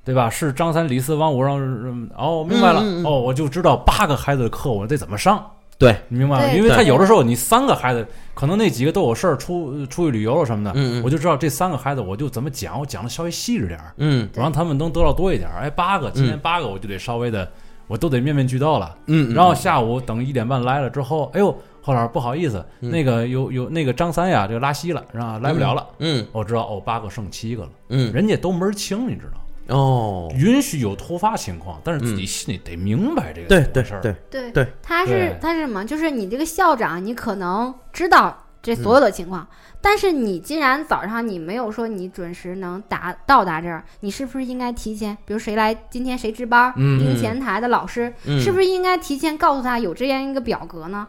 A: 对吧？是张三、李四、王五，然后嗯哦，明白了、
B: 嗯嗯嗯
A: 哦，我就知道八个孩子的课我得怎么上。
B: 对
A: 你明白吗？
D: 对
A: 因为他
D: 对
A: 有的时候你三个孩子，可能那几个都有事儿出出去旅游了什么的，
B: 嗯嗯
A: 我就知道这三个孩子我就怎么讲，我讲的稍微细致点儿，
B: 嗯
A: 我让他们能得到多一点儿。哎，八个，今天
B: 嗯
A: 八个我就得稍微的，我都得面面俱到了。
B: 嗯，
A: 然后下午等一点半来了之后，哎呦，后老师不好意思，那个有有那个张三呀，这个拉稀了，是吧？来不了了。
B: 嗯嗯
A: 我知道哦，八个剩七个了，
B: 嗯
A: 人家都门儿清，你知道，
B: 哦，嗯
A: 允许有突发情况，但是自己心里得明白这个
B: 对
A: 这个
B: 对
A: 事儿。
B: 对，
D: 对
B: 对，
D: 他是
A: 对
D: 他是什么？就是你这个校长，你可能知道这所有的情况，但是你既然早上你没有说你准时能达到达这儿，你是不是应该提前？比如谁来今天谁值班，
A: 嗯
D: 定前台的老师，
B: 嗯
D: 是不是应该提前告诉他有这样一个表格呢？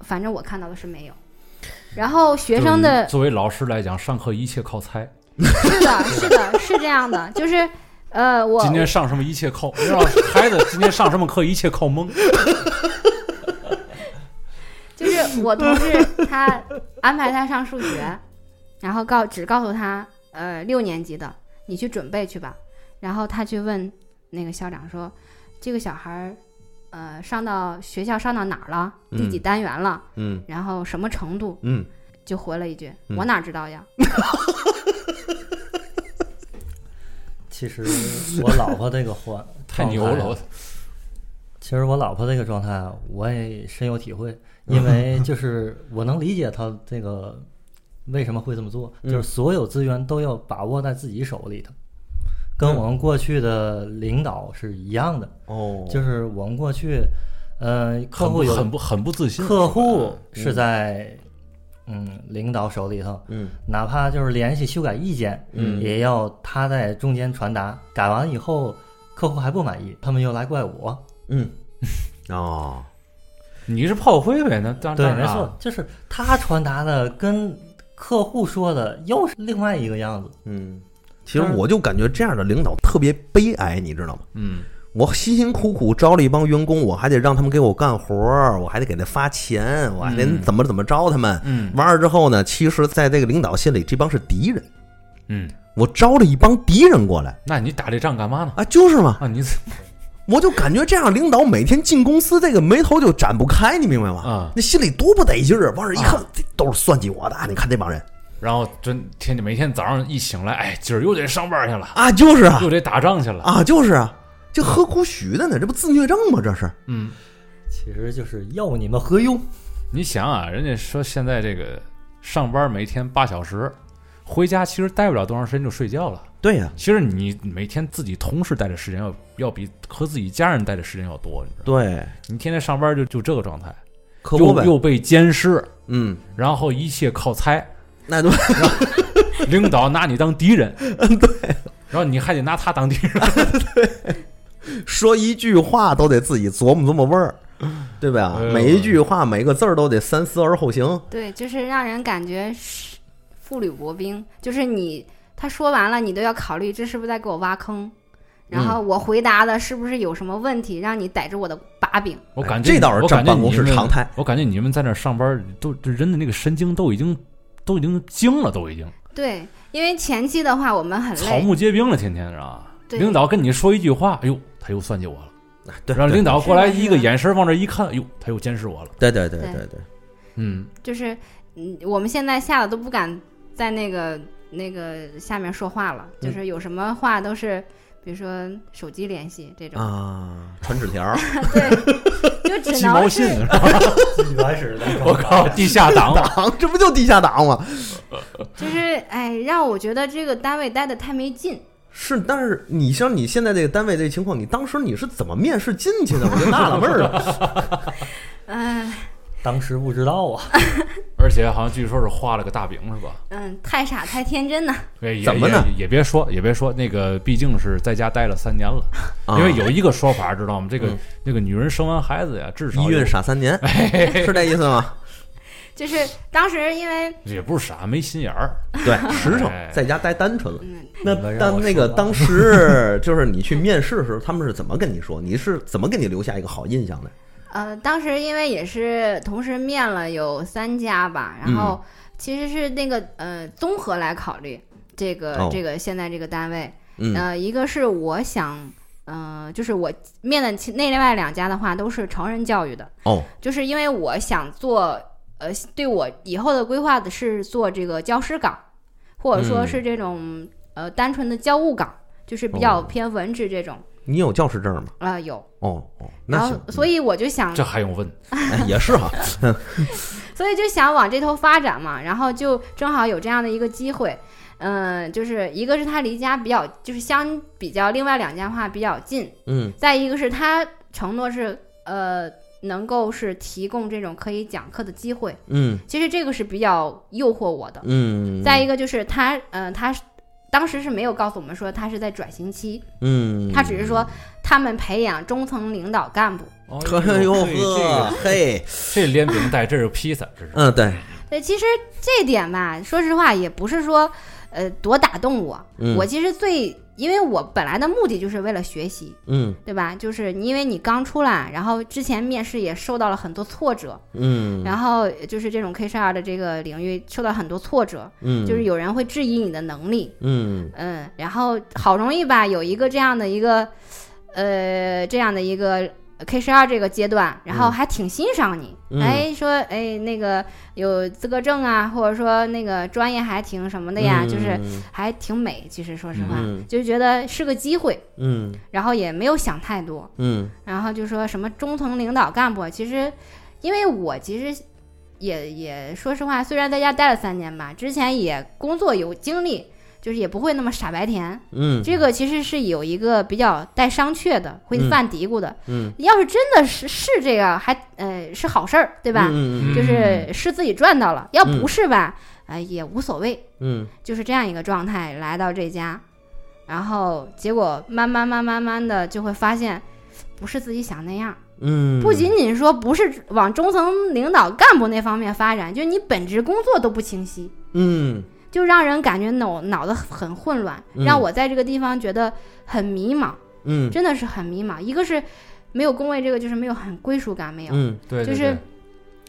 D: 反正我看到的是没有。然后学生的
A: 就是作为老师来讲，上课一切靠猜，
D: 是的，是的，是这样的，就是呃，我
A: 今天上什么一切靠，你知道孩子今天上什么课一切靠蒙。
D: 就是我同事 他安排他上数学，然后告只告诉他，呃，六年级的你去准备去吧。然后他去问那个校长说，这个小孩儿，呃，上到学校上到哪儿了，第几
B: 嗯
D: 单元了，
B: 嗯
D: 然后什么程度，
B: 嗯，
D: 就回了一句，
B: 嗯
D: 我哪知道呀？
C: 其实我老婆这个环
A: 太牛了！我，
C: 其实我老婆这个状态啊，我也深有体会，因为就是我能理解她这个为什么会这么做，
B: 嗯
C: 就是所有资源都要把握在自己手里头，跟我们过去的领导是一样的，
B: 哦，
C: 就是我们过去，呃，客
A: 很不
C: 户有
A: 很不很不自信。
C: 客户是在嗯领导手里头，
B: 嗯
C: 哪怕就是联系修改意见，
B: 嗯
C: 也要他在中间传达，改完以后客户还不满意，他们又来怪我，
B: 嗯，哦，
A: 你是炮灰呗？那当
C: 对，
B: 啊
A: 当
C: 没
A: 然
C: 错，就是他传达的跟客户说的又是另外一个样子。
B: 嗯，其实我就感觉这样的领导特别悲哀，你知道吗？
A: 嗯，
B: 我辛辛苦苦招了一帮员工，我还得让他们给我干活儿，我还得给他发钱，我还得怎么怎么着他们。
A: 嗯
B: 完了之后呢，其实在这个领导心里，这帮是敌人。
A: 嗯，
B: 我招了一帮敌人过来
A: 那你打这仗干嘛呢？
B: 啊，就是嘛，
A: 啊，你
B: 我就感觉这样领导每天进公司，这个眉头就展不开，你明白吗？
A: 啊
B: 那心里多不得劲儿。往这一看
A: 啊，
B: 这都是算计我的。你看这帮人
A: 然后真天天每天早上一醒来，哎，今儿又得上班去了，
B: 啊，就是啊
A: 又得打仗去了。
B: 啊，就是啊，这何苦许的呢？这不自虐症吗？这是
A: 嗯，
C: 其实就是要你们何用？
A: 你想啊，人家说现在这个上班每天八小时，回家其实待不了多长时间就睡觉了。
B: 对呀、
A: 其实你每天自己同事待的时间要要比和自己家人待的时间要多，你知道吗？
B: 对，
A: 你天天上班就就这个状态，
B: 可不
A: 又
B: 呗。
A: 又被监视，
B: 嗯，
A: 然后一切靠猜，
B: 那就
A: 领导拿你当敌 人，对，然后你还得拿他当敌人，
B: 说一句话都得自己琢磨琢磨味儿，对吧
A: 哎？呦
B: 每一句话每个字儿都得三思而后行。
D: 对，就是让人感觉是负履薄冰，就是你他说完了，你都要考虑这是不是在给我挖坑，
B: 嗯
D: 然后我回答的是不是有什么问题，让你逮着我的把柄。
A: 我感觉
B: 哎这倒是
A: 我
B: 占
A: 感觉
B: 办公
A: 你
B: 室
A: 们
B: 常态
A: 我感觉你们在那儿上班都这人的那个神经都已经都已经精了，都已经
D: 对，因为前期的话我们很
A: 草
D: 累，
A: 木皆兵了，天天是吧？
D: 对
A: 领导跟你说一句话，哎呦，他又算计我了。
B: 对，
A: 然后领导过来
D: 是的啊
A: 一个
D: 是的
A: 眼神往这一看，哎呦，他又监视 我了。
B: 对，对对对
D: 对
B: 对对，
A: 嗯，
D: 就是嗯，我们现在吓得都不敢在那个那个下面说话了，
A: 嗯
D: 就是有什么话都是。比如说手机联系这种，
B: 啊，传纸 条儿，
D: 对，就只
A: 寄嗯毛
D: 能
A: 信
D: 是
A: 是吧？
C: 最原始的
A: 我靠，地下党啊！
B: 党这不就地下党吗？
D: 就是哎，让我觉得这个单位待的太没劲。
B: 是，但是你像你现在这个单位这情况，你当时你是怎么面试进去的？我就纳了闷儿了。
D: 嗯、
C: 当时不知道啊，
A: 而且好像据说是画了个大饼是吧？
D: 嗯，太傻太天真了。
A: 哎也
B: 怎么呢
A: 也也别说，也别说，那个毕竟是在家待了三年了，因为有一个说法知道吗？这个
B: 啊嗯
A: 那个女人生完孩子呀，至少
B: 一
A: 有
B: 孕傻三年，是这意思吗？
D: 就是当时因为
A: 也不是傻，没心眼儿。
B: 对，实诚
A: 哎，
B: 在家待单纯了。
D: 嗯，
B: 那
C: 你们让
B: 但
C: 我
B: 那
C: 说
B: 个
C: 吧
B: 当时就是你去面试的时候，他们是怎么跟你说？你是怎么给你留下一个好印象的？
D: 呃，当时因为也是同时面了有三家吧，
B: 嗯
D: 然后其实是那个呃综合来考虑这个、
B: 哦
D: 这个现在这个单位，
B: 嗯
D: 呃，一个是我想。嗯、就是我面的其内外两家的话，都是成人教育的，
B: 哦，
D: 就是因为我想做，呃，对我以后的规划的是做这个教师岗，或者说
B: 嗯
D: 是这种、呃单纯的教务岗，就是比较
B: 哦
D: 偏文职这种。
B: 你有教师证吗？
D: 啊，有，
B: 哦哦，那
D: 然后
B: 行，
D: 所以我就想
A: 这，还用问？
B: 哎也是 哈，
D: 所以就想往这头发展嘛，然后就正好有这样的一个机会，嗯，就是一个是他离家比较，就是相比较另外两家话比较近，
B: 嗯
D: 再一个是他承诺是呃能够是提供这种可以讲课的机会，
B: 嗯
D: 其实这个是比较诱惑我的。
B: 嗯，
D: 再一个就是他，嗯、他是当时是没有告诉我们说他是在转型期，
B: 嗯，
D: 他只是说他们培养中层领导干部。
B: 哎呦呵，嘿，
A: 这连饼带这是披萨，这是
B: 嗯对，
D: 对，其实这点吧，说实话也不是说，呃，多打动我。
B: 嗯
D: 我其实最，因为我本来的目的就是为了学习，
B: 嗯
D: 对吧？就是你因为你刚出来，然后之前面试也受到了很多挫折，
B: 嗯，
D: 然后就是这种 KSR 的这个领域受到很多挫折，
B: 嗯
D: 就是有人会质疑你的能力，
B: 嗯
D: 嗯，然后好容易吧有一个这样的一个，呃，这样的一个 K 十二这个阶段，然后
B: 嗯
D: 还挺欣赏你，
B: 嗯
D: 哎，说哎那个有资格证啊，或者说那个专业还挺什么的呀，就是啊还挺美。其实说实话，
B: 嗯
D: 就是觉得是个机会，
B: 嗯
D: 然后也没有想太多，
B: 嗯
D: 然后就说什么中层领导干部，其实因为我其实也也说实话，虽然在家待了三年吧，之前也工作有经历，就是也不会那么傻白甜。
B: 嗯
D: 这个其实是有一个比较带商榷的，会
B: 嗯
D: 犯嘀咕的。
B: 嗯，
D: 要是真的是是这个，还呃是好事儿，
B: 对
D: 对吧？
B: 嗯
D: 就是是自己赚到了，要
B: 嗯
D: 不是吧，哎、也无所谓，
B: 嗯
D: 就是这样一个状态来到这家，然后结果慢慢慢慢慢的就会发现，不是自己想那样。
B: 嗯，
D: 不仅仅说不是往中层领导干部那方面发展，就是你本职工作都不清晰。
B: 嗯
D: 就让人感觉脑脑子很混乱，
B: 嗯
D: 让我在这个地方觉得很迷茫，
B: 嗯
D: 真的是很迷茫。一个是没有工位，这个就是没有很归属感，没有，
B: 嗯
A: 对，
D: 就
A: 对
D: 是
A: 对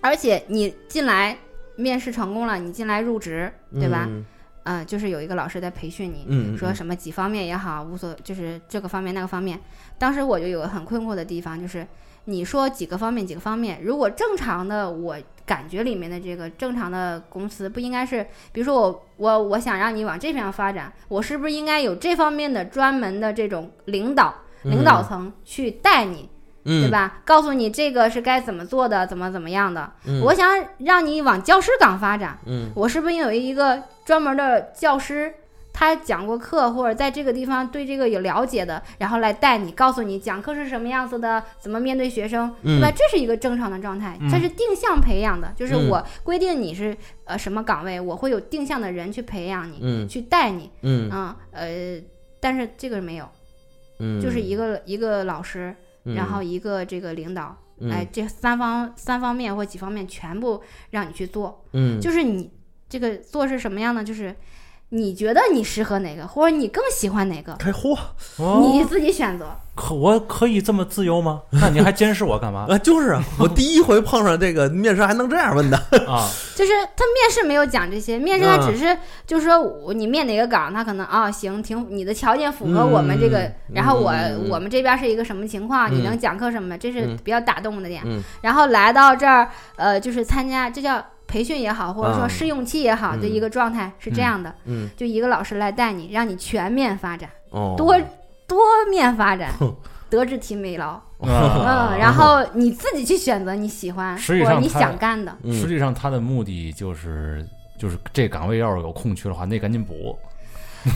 D: 而且你进来面试成功了，你进来入职，对吧？
B: 嗯
D: 嗯、就是有一个老师在培训你，
B: 嗯，
D: 说什么几方面也好，无所就是这个方面那个方面。当时我就有个很困惑的地方，就是你说几个方面几个方面，如果正常的我感觉里面的这个正常的公司不应该是，比如说我我我想让你往这边发展，我是不是应该有这方面的专门的这种领导领导层去带你，对
B: 嗯
D: 吧？告诉你这个是该怎么做的，怎么怎么样的。
B: 嗯
D: 我想让你往教师岗发展，
B: 嗯
D: 我是不是有一个专门的教师，他讲过课或者在这个地方对这个有了解的，然后来带你，告诉你讲课是什么样子的，怎么面对学生，对吧？
B: 嗯
D: 这是一个正常的状态
A: 嗯，
D: 它是定向培养的，就是
B: 嗯
D: 我规定你是呃什么岗位，我会有定向的人去培养你，
B: 嗯
D: 去带你，
B: 嗯
D: 嗯呃，但是这个没有，
B: 嗯，
D: 就是一个一个老师，
B: 嗯，
D: 然后一个这个领导，
B: 嗯
D: 哎，这三方三方面或几方面全部让你去做，
B: 嗯
D: 就是你这个做是什么样呢？就是你觉得你适合哪个，或者你更喜欢哪个，
B: 开嚯
A: 哦，
D: 你自己选择。
A: 可我可以这么自由吗？那你还监视我干嘛
B: 啊，就是啊，我第一回碰上这个面试还能这样问
D: 哎
B: 的，
A: 啊？
D: 就是他面试没有讲这些，面试他
B: 嗯
D: 只是就是说我你面哪个岗，他可能啊、行，挺你的条件符合我们这个，
B: 嗯
D: 然后我、
B: 嗯
D: 我们这边是一个什么情况，
B: 嗯
D: 你能讲课什么的，这是
B: 嗯
D: 比较打动我的点。
B: 嗯
D: 然后来到这儿，呃，就是参加这叫培训也好，或者说
B: 嗯
D: 试用期也好的
B: 嗯
D: 一个状态、是这样的，
B: 嗯
D: 就一个老师来带你，让你全面发展。
B: 哦，
D: 多多面发展，德智体美劳，
A: 啊
D: 嗯，然后你自己去选择你喜欢
A: 实际
D: 或者
A: 上
D: 你
A: 它
D: 想干的，
B: 嗯
A: 实际上他的目的就是。就是这岗位要是有空缺的话，那赶紧补。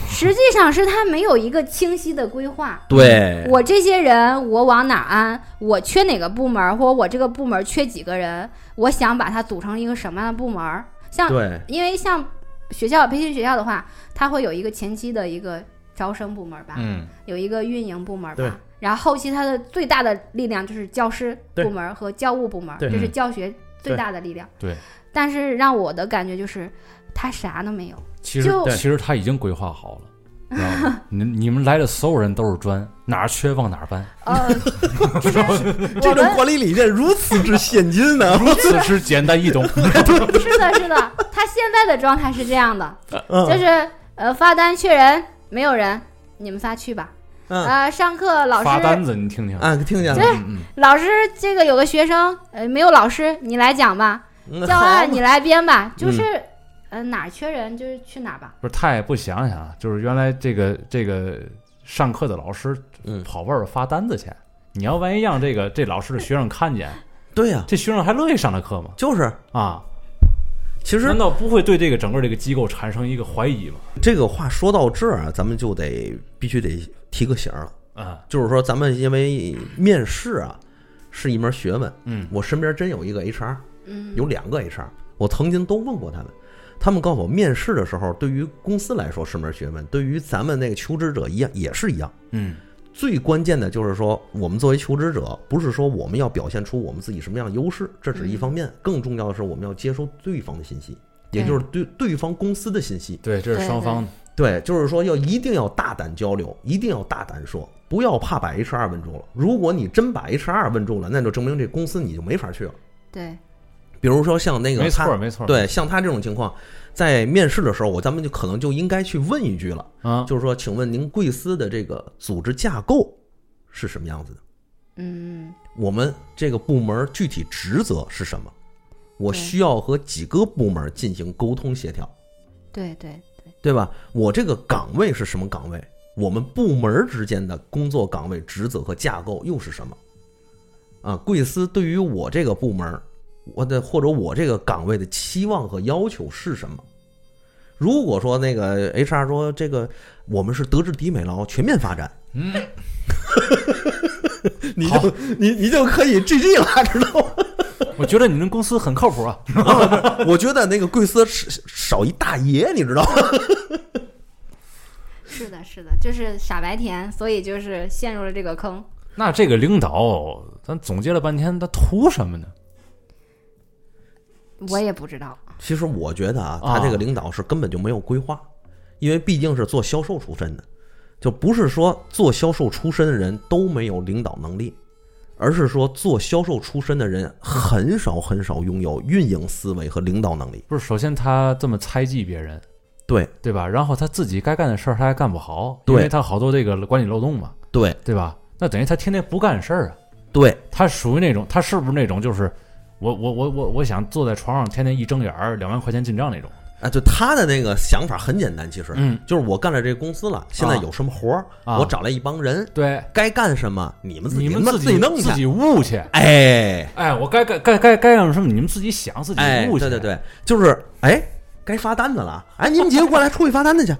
D: 实际上是他没有一个清晰的规划。
A: 哎
B: 对，
D: 我这些人，我往哪儿安？我缺哪个部门儿，或者我这个部门儿缺几个人？我想把它组成一个什么样的部门儿？像，
B: 对，
D: 因为像学校培训学校的话，它会有一个前期的一个招生部门儿吧，
A: 嗯，
D: 有一个运营部门儿
B: 对
D: 吧，然后后期它的最大的力量就是教师
B: 对
D: 部门儿和教务部门儿，
B: 对嗯
D: 这是教学最
B: 对
D: 大的力量。
A: 对
D: 但是让我的感觉就是，他啥都没有。
A: 其实
D: 就
A: 其实他已经规划好了，你知道吗？你你们来的所有人都是砖，哪儿缺往哪儿搬，
D: 呃，就是
B: 这种
D: 我们
B: 管理理念如此之先进呢，
A: 如 此之简单易懂。
D: 是的，是的，他现在的状态是这样的，就
B: 嗯
D: 是呃发单缺人，没有人，你们仨去吧。
B: 嗯
D: 呃，上课老
A: 发单
D: 师
A: 子，你听听。
B: 啊，听见了，
A: 嗯
D: 老师这个有个学生呃没有老师，你来讲吧，
B: 嗯
D: 教
B: 好嗯
D: 案
B: 嘛
D: 啊你来编吧，就是呃哪儿缺人就是去哪儿吧。
A: 不是，他也不想想啊，就是原来这个这个上课的老师
B: 嗯
A: 跑外边发单子去，你要万一让这个这老师的学生看见，
B: 对呀，
A: 这学生还乐意上这课吗？
B: 就是，
A: 啊，
B: 其实
A: 难道不会对这个整个这个机构产生一个怀疑吗？
B: 这个话说到这儿啊，咱们就得必须得提个醒儿了，
A: 啊，
B: 就是说咱们因为面试啊是一门学问，
A: 嗯
B: 我身边真有一个 HR，
D: 嗯，
B: 有两个 HR，我曾经都问过他们，他们告诉我，面试的时候对于公司来说是门学问，对于咱们那个求职者一样也是一样。
A: 嗯
B: 最关键的就是说，我们作为求职者，不是说我们要表现出我们自己什么样的优势，这只是一方面，更重要的是我们要接收对方的信息，也就是对对方公司的信息。
A: 对，这是
D: 对
A: 双
D: 对
A: 方的，
B: 对，就是说要一定要大胆交流，一定要大胆说，不要怕把 HR 问住了。如果你真把 HR 问住了，那就证明这公司你就没法去了。
D: 对，
B: 比如说像那个
A: 没
B: 他
A: 错没错，
B: 对，像他这种情况，在面试的时候，我咱们就可能就应该去问一句了，
A: 啊，
B: 就是说，请问您贵司的这个组织架构是什么样子的？
D: 嗯，
B: 我们这个部门具体职责是什么？我
D: 对
B: 需要和几个部门进行沟通协调，
D: 对对
B: 对吧？我这个岗位是什么岗位？我们部门之间的工作岗位、职责和架构又是什么？啊，贵司对于我这个部门，我的或者我这个岗位的期望和要求是什么？如果说那个 HR 说这个我们是德智体美劳全面发展，
A: 嗯，
B: 你就你你就可以 GG 了，知道吗？
A: 我觉得你们公司很靠谱 啊，
B: 我觉得那个贵司少少一大爷，你知道吗？
D: 是的，是的，就是傻白甜，所以就是陷入了这个坑。
A: 那这个领导，咱总结了半天，他图什么呢？
D: 我也不知道。
B: 其实我觉得啊，
A: 啊
B: 他这个领导是根本就没有规划，因为毕竟是做销售出身的，就不是说做销售出身的人都没有领导能力，而是说做销售出身的人很少很少拥有运营思维和领导能力。
A: 不是，首先他这么猜忌别人，
B: 对
A: 对吧？然后他自己该干的事儿他还干不好，
B: 对
A: 因为他好多这个管理漏洞嘛，
B: 对
A: 对吧？那等于他天天不干事儿啊。
B: 对，
A: 他属于那种，他是不是那种就是我我我我我想坐在床上天天一睁眼儿两万块钱进账那种？
B: 啊，就他的那个想法很简单，其实
A: 嗯，
B: 就是我干了这个公司了，现在有什么活儿，
A: 啊
B: 我找来一帮人，
A: 对，
B: 该干什么你们自己
A: 你们
B: 他妈
A: 己
B: 弄
A: 自
B: 去。
A: 己悟去。
B: 哎
A: 哎，我该该该该该让什么，你们自己想自己
B: 哎，
A: 悟
B: 对
A: 去。
B: 对对，就是哎。该发单子了，哎，你们几个过来出去发单 子去。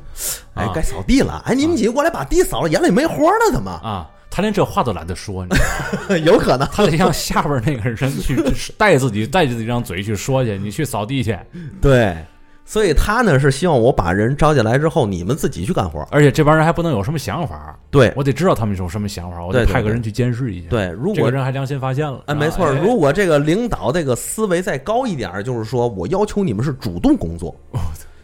B: 哎
A: 啊，
B: 该扫地了，哎，你们几个过来把地扫了，眼里没活儿呢，怎 么？
A: 啊，他连这话都懒得说，你知道吗
B: 有可能，
A: 他得让下边那个人去带自己带着自己张嘴去说去，你去扫地去。
B: 对，所以他呢是希望我把人招进来之后，你们自己去干活儿。
A: 而且这帮人还不能有什么想法儿，
B: 对
A: 我得知道他们有什么想法儿，我得
B: 对对
A: 派个
B: 对
A: 人去监视一下。，
B: 对，如
A: 这
B: 果
A: 个人还良心发现了。
B: 哎，没错，
A: 哎
B: 如果这个领导这个思维再高一点儿，就是说我要求你们是主动工作，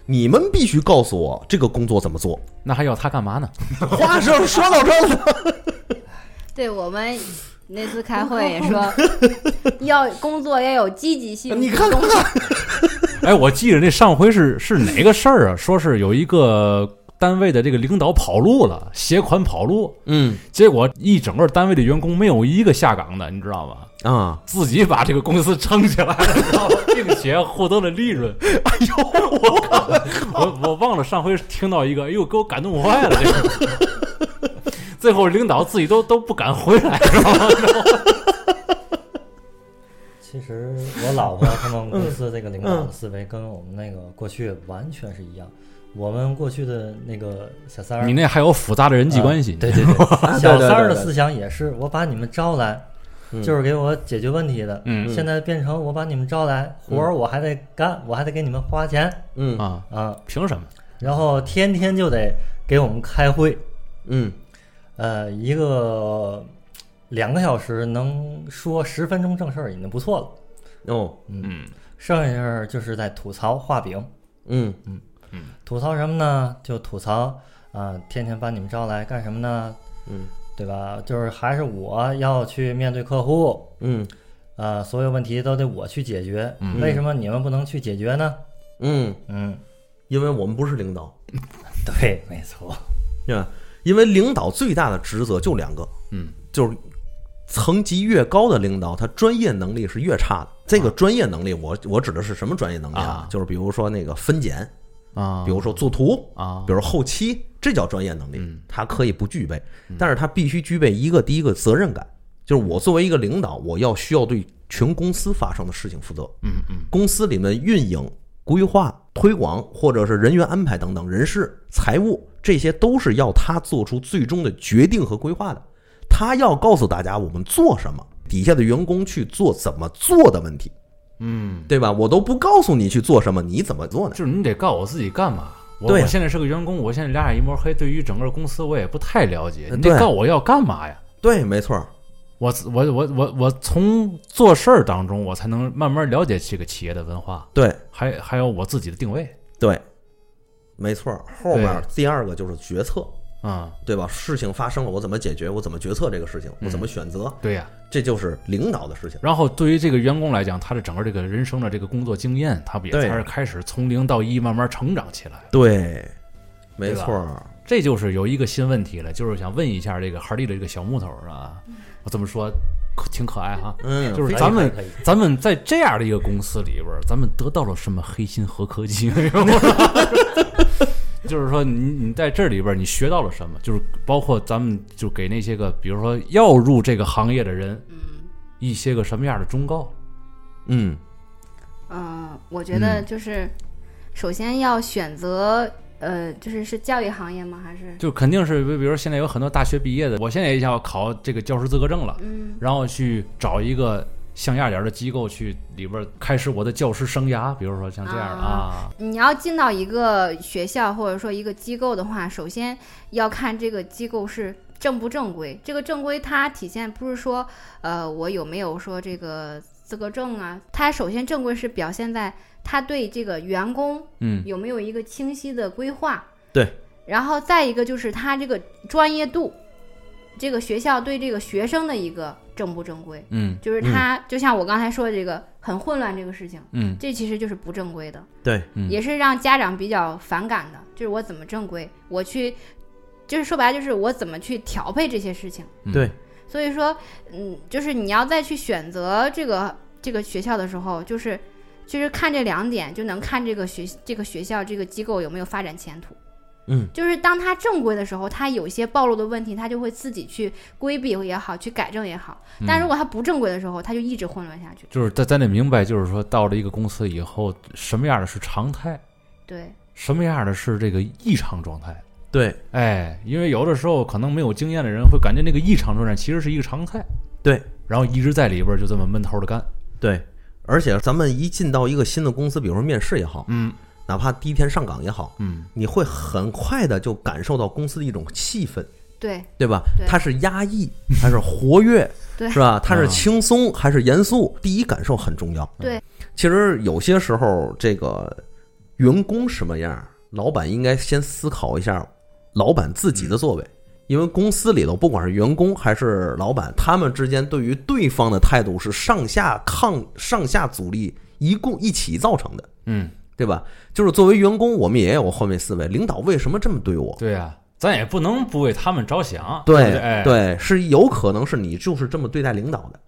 B: 你们必须告诉我这个工作怎么 做。
A: 那还要他干嘛呢？
B: 话说说到这儿了，
D: 对我们那次开会也 说，要工作要有积极性。
B: 你看看看，
A: 哎，我记着那上回是是哪个事儿啊？说是有一个单位的这个领导跑路了，携款跑路，
B: 嗯
A: 结果一整个单位的员工没有一个下岗的，你知道吗？
B: 啊，
A: 自己把这个公司撑起来了，你知道吗？并且获得了利润。哎呦，我我我忘了上回听到一个，哎呦，给我感动坏了。这个最后领导自己都都不敢回来，知道吗？
C: 其实我老婆他们公司这个领导的思维跟我们那个过去完全是一样。我们过去的那个小三儿，
A: 你那还有复杂的人际关系，
C: 啊对 对对，
B: 对
C: 小
B: 对
C: 三儿
B: 对
C: 的
B: 对
C: 思想也是，我把你们招来，就是给我解决问题的。
A: 嗯
C: 现在变成我把你们招来，活儿我还得干，我还得给你们花钱
B: 嗯
A: 啊，
C: 啊，
A: 凭什么？
C: 然后天天就得给我们开会，
B: 嗯，
C: 呃，一个两个小时能说十分钟正事儿已经不错了，
B: 哦，
A: 嗯
C: 剩下就是在吐槽画饼，
B: 嗯
C: 吐槽什么呢？就吐槽啊、天天把你们招来干什么呢？
B: 嗯
C: 对吧？就是还是我要去面对客户，
B: 嗯
C: 呃，所有问题都得我去解决，为什么你们不能去解决呢？
B: 嗯，
C: 嗯，
B: 因为我们不是领导，
C: 对，没错，
B: 对吧？因为领导最大的职责就两个，
A: 嗯，
B: 就是层级越高的领导，他专业能力是越差的。这个专业能力我，我指的是什么专业能力
A: 啊
B: 就是比如说那个分拣，
A: 啊
B: 比如说做图，
A: 啊
B: 比如后期，这叫专业能力
A: 嗯，
B: 他可以不具备，但是他必须具备一个第一个责任感，就是我作为一个领导，我要需要对全公司发生的事情负责，
A: 嗯嗯
B: 公司里面运营、规划、推广或者是人员安排等等人事、财务这些都是要他做出最终的决定和规划的，他要告诉大家我们做什么，底下的员工去做怎么做的问题，
A: 嗯，
B: 对吧？我都不告诉你去做什么，你怎么做呢？
A: 就是你得告诉我自己干嘛。我
B: 对啊
A: 我现在是个员工，我现在两眼一抹黑，对于整个公司我也不太了解。
B: 呃
A: 你得
B: 对
A: 告诉我要干嘛呀？
B: 对，没错儿，
A: 我我我我我从做事儿当中，我才能慢慢了解这个企业的文化，
B: 对
A: 还还有我自己的定位
B: 对，没错儿。后面第二个就是决策。
A: 啊、
B: 对吧？事情发生了，我怎么解决？我怎么决策这个事情？我怎么选择？
A: 对呀、
B: 这就是领导的事情。
A: 然后对于这个员工来讲，他的整个这个人生的这个工作经验，他不也
B: 对
A: 才是开始从零到一慢慢成长起来。
B: 对，没
A: 对吧
B: 错儿。
A: 这就是有一个新问题了，就是想问一下这个哈利的这个小木头啊，我这么说可挺可爱哈、
B: 嗯，
A: 就是
C: 可以
A: 咱们
C: 可以可以
A: 咱们在这样的一个公司里边儿，咱们得到了什么黑心和科技？ 就是说你，你在这里边儿你学到了什么？就是包括咱们就给那些个，比如说要入这个行业的人，一些个什么样的忠告？
B: 嗯
D: 嗯，我觉得就是，首先要选择，呃，就是是教育行业吗？还是
A: 就肯定是，比比如说现在有很多大学毕业的，我现在也想要考这个教师资格证了，
D: 嗯
A: 然后去找一个像样点儿的机构去里边儿开始我的教师生涯，比如说像这样的啊，
D: 你要进到一个学校或者说一个机构的话，首先要看这个机构是正不正规。这个正规它体现不是说，呃，我有没有说这个资格证啊，它首先正规是表现在它对这个员工
A: 嗯
D: 有没有一个清晰的规划，
B: 对，
D: 然后再一个就是它这个专业度，这个学校对这个学生的一个正不正规，
A: 嗯
D: 就是它、就像我刚才说的这个很混乱这个事情，
A: 嗯
D: 这其实就是不正规的。
B: 对，
A: 嗯
D: 也是让家长比较反感的，就是我怎么正规，我去，就是说白了就是我怎么去调配这些事情。
A: 嗯
B: 对
D: 所以说，嗯，就是你要再去选择这个这个学校的时候，就是就是看这两点，就能看这个学这个学校这个机构有没有发展前途。
B: 嗯，
D: 就是当它正规的时候，它有一些暴露的问题，它就会自己去规避也好，去改正也好。但如果它不正规的时候，它就一直混乱下去。
A: 就是咱咱得明白，就是说到了一个公司以后，什么样的是常态，
D: 对，
A: 什么样的是这个异常状态。
B: 对，
A: 哎，因为有的时候可能没有经验的人会感觉那个异常状态其实是一个常态，
B: 对，
A: 然后一直在里边儿就这么闷头的干，
B: 对。而且咱们一进到一个新的公司，比如说面试也好，
A: 嗯
B: 哪怕第一天上岗也好，
A: 嗯
B: 你会很快的就感受到公司的一种气氛，
D: 对，
B: 对吧？
D: 对
B: 它是压抑还是活跃，
D: 对
B: 是吧？它
A: 啊
B: 是轻松还是严肃？第一感受很重要。
D: 对，
B: 其实有些时候这个员工什么样，老板应该先思考一下老板自己的
D: 嗯
B: 作为。因为公司里头，不管是员工还是老板，他们之间对于对方的态度是上下抗、上下阻力一共一起造成的，
A: 嗯，
B: 对吧？就是作为员工，我们也有换位思维，领导为什么这么对我？
A: 对呀、咱也不能不为他们着想，不
B: 对
A: 哎，，
B: 对，是有可能是你就是这么对待领导的。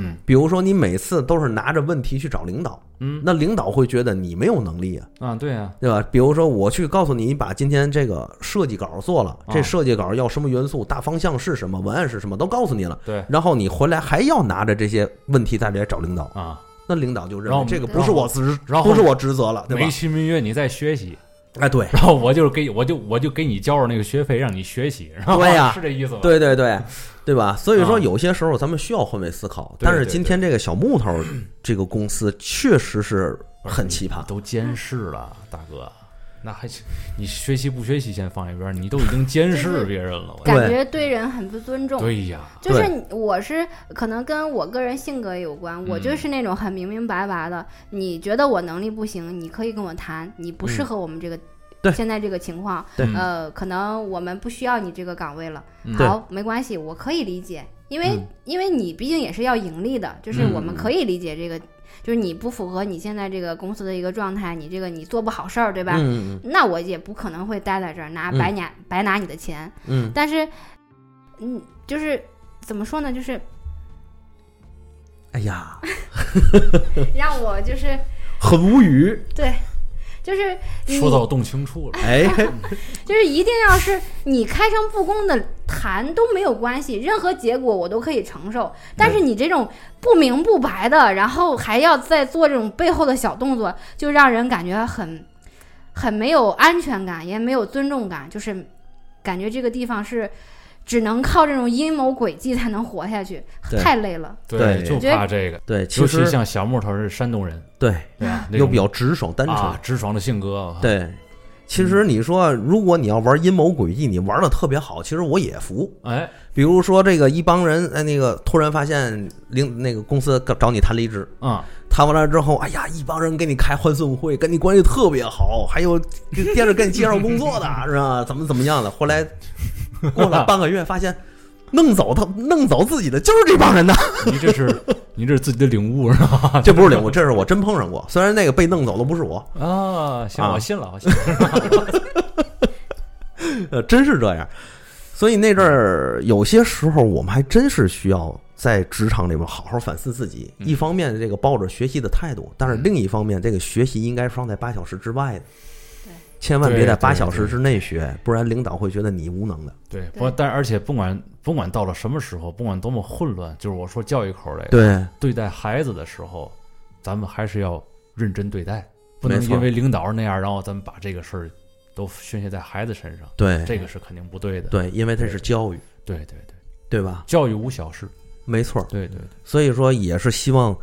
A: 嗯，
B: 比如说你每次都是拿着问题去找领导，
A: 嗯，
B: 那领导会觉得你没有能力啊，
A: 啊，对呀、
B: 对吧？比如说我去告诉你把今天这个设计稿做了，
A: 啊
B: 这设计稿要什么元素，大方向是什么，文案是什么，都告诉你了。
A: 对
B: 然后你回来还要拿着这些问题再来找领导，
A: 啊，
B: 那领导就认
A: 然后
B: 为这个不是我职，
A: 然后
B: 不是我职责了，对吧
A: 美？其名曰你在学习，
B: 哎，对，
A: 然后我就是给我就我就给你交了那个学费让你学习，然后
B: 对呀
A: 是这意思吧？，
B: 对对对，对吧？所以说
A: 啊
B: 有些时候咱们需要换位思考，
A: 对
B: 但是
A: 对
B: 今天这个小木头这个公司确实是很奇葩。
A: 都监视了，大哥，那还你学习不学习先放一边儿，你都已经监视别人了，我
D: 感觉对人很不尊重。
A: 对呀、
D: 就是
B: 对
D: 你我是可能跟我个人性格也有关，我就
A: 嗯
D: 是那种很明明白白的。你觉得我能力不行，你可以跟我谈，你不适合我们这
B: 嗯
D: 个、
B: 对嗯
D: 现在这个情况，
B: 对
D: 呃，可能我们不需要你这个岗位了。
A: 嗯
D: 好，没关系，我可以理解，因为、
B: 嗯
D: 因为你毕竟也是要盈利的，就是
A: 嗯
D: 我们可以理解这个，就是你不符合你现在这个公司的一个状态，你这个你做不好事儿，对吧？
B: 嗯嗯
D: 那我也不可能会待在这儿拿
B: 嗯
D: 白拿、白拿你的钱。
B: 嗯，
D: 但是，嗯，就是怎么说呢，就是
B: 哎呀，
D: 让我就是
B: 很无语。
D: 对，就是你
A: 说到洞情处了，
B: 哎，
D: 就是一定要是你开诚布公的谈都没有关系，任何结果我都可以承受。但是你这种不明不白的，然后还要再做这种背后的小动作，就让人感觉很很没有安全感，也没有尊重感，就是感觉这个地方是。只能靠这种阴谋诡计才能活下去，
B: 对
D: 太累了。
B: 对
A: 就
D: 我觉得
A: 怕这个，
B: 对，
A: 尤
B: 其
A: 其
B: 实
A: 像小木头是山东人，
B: 对
A: 对吧？那
B: 又
A: 种
B: 比较直爽单纯
A: 啊，。直嗯爽的性格，我靠，
B: 对，其实你说，如果你要玩阴谋诡计，你玩的特别好，其实我也服。
A: 哎，
B: 比如说这个一帮人，哎，那个突然发现领那个公司找你谈离职，
A: 嗯，
B: 谈完了之后，哎呀，一帮人给你开欢送会，跟你关系特别好，还有接着给你介绍工作的是吧？怎么怎么样的？后来过了半个月，发现弄走他，弄走自己的就是这帮人呐。
A: 你这是你这是自己的领悟是吧？
B: 这不是领悟，这是我真碰上过。虽然那个被弄走的不是我，
A: 啊，行，
B: 啊
A: 我信了，我信了，
B: 呃，真是这样。所以那阵儿有些时候，我们还真是需要在职场里边好好反思自己。
A: 嗯
B: 一方面，这个抱着学习的态度，但是另一方面，这个学习应该是放在八小时之外的
D: 对，
B: 千万别在
A: 对对
B: 八小时
A: 对
B: 之内学，不然领导会觉得你无能的。
A: 对，不，但而且不管不管到了什么时候，不管多么混乱，就是我说教育口这个，
B: 对
A: 对待孩子的时候，咱们还是要认真对待，不能
B: 没错
A: 因为领导那样，然后咱们把这个事儿都宣泄在孩子身上，
B: 对
A: 这个是肯定不对的。
B: 哎对，因为它是教育，
A: 对对对，
B: 对吧？
A: 教育无小事，
B: 没错儿。
A: 对对
B: 所以说，也是希望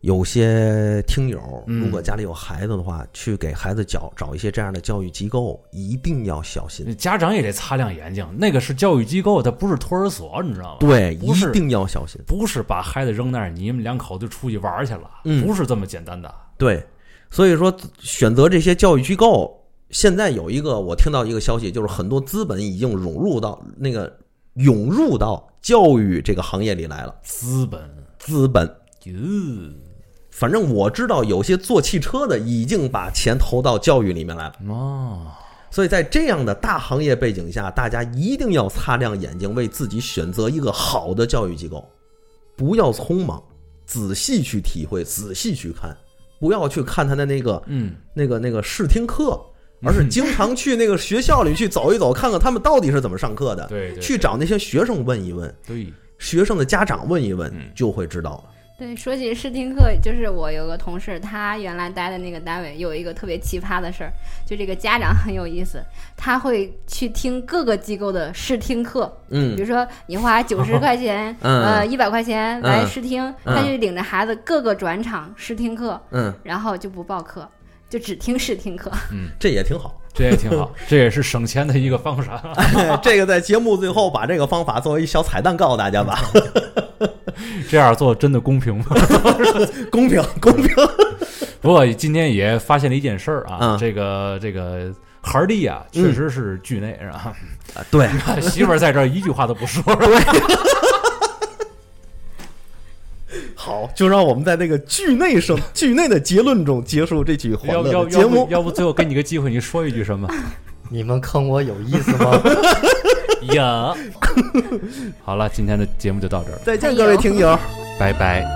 B: 有些听友
E: 嗯
B: 如果家里有孩子的话，去给孩子找找一些这样的教育机构，一定要小心。
A: 家长也得擦亮眼睛，那个是教育机构，它不是托儿所，你知道吗？
B: 对，
A: 啊不
B: 一
A: 是
B: 定要小心。
A: 不是把孩子扔那儿，你们两口子出去玩儿去了，
B: 嗯
A: 不是这么简单的。
B: 对，所以说选择这些教育机构，现在有一个我听到一个消息，就是很多资本已经涌入到那个涌入到教育这个行业里来了，
A: 资本，
B: 资本。
A: 哟，
B: 反正我知道有些做汽车的已经把钱投到教育里面来了，
A: 哦，
B: 所以在这样的大行业背景下，大家一定要擦亮眼睛，为自己选择一个好的教育机构，不要匆忙，仔细去体会，仔细去看，不要去看他的那个
A: 嗯，
B: 那个那个试听课，而是经常去那个学校里去走一走，看看他们到底是怎么上课的，
A: 对对
B: 去找那些学生问一问，
A: 对，
B: 学生的家长问一问
A: 嗯，
B: 就会知道了。
D: 对，说起试听课，就是我有个同事，他原来待的那个单位有一个特别奇葩的事儿，就这个家长很有意思，他会去听各个机构的试听课，比
B: 嗯
D: 如说你花九十块钱，
B: 嗯
D: 呃，一百块钱来
B: 嗯
D: 试听，
B: 嗯
D: 他就领着孩子各个转场试听课，
B: 嗯，
D: 然后就不报课，就只听试听课。
B: 这也挺好。
A: 这也挺好，这也是省钱的一个方法。
B: 这个在节目最后把这个方法作为一小彩蛋告诉大 家吧，
A: 这样做真的公平吗？
B: 公平公平。
A: 不过今天也发现了一件事儿啊，
B: 嗯
A: 这个这个孩儿弟啊，确实是惧内是吧？
B: 啊对，
A: 媳妇儿在这儿一句话都 不说，
B: 好，就让我们在那个剧内声剧内的结论中结束这期欢
A: 要
B: 乐
A: 要
B: 的
A: 要
B: 节
A: 不
B: 目。
A: 要不最后给你个机会，你说一句 什么？
C: 你们坑我有意思吗？
A: 呀，好了，今天的节目就到这儿了，
B: 再见，各位听友。
A: 拜拜。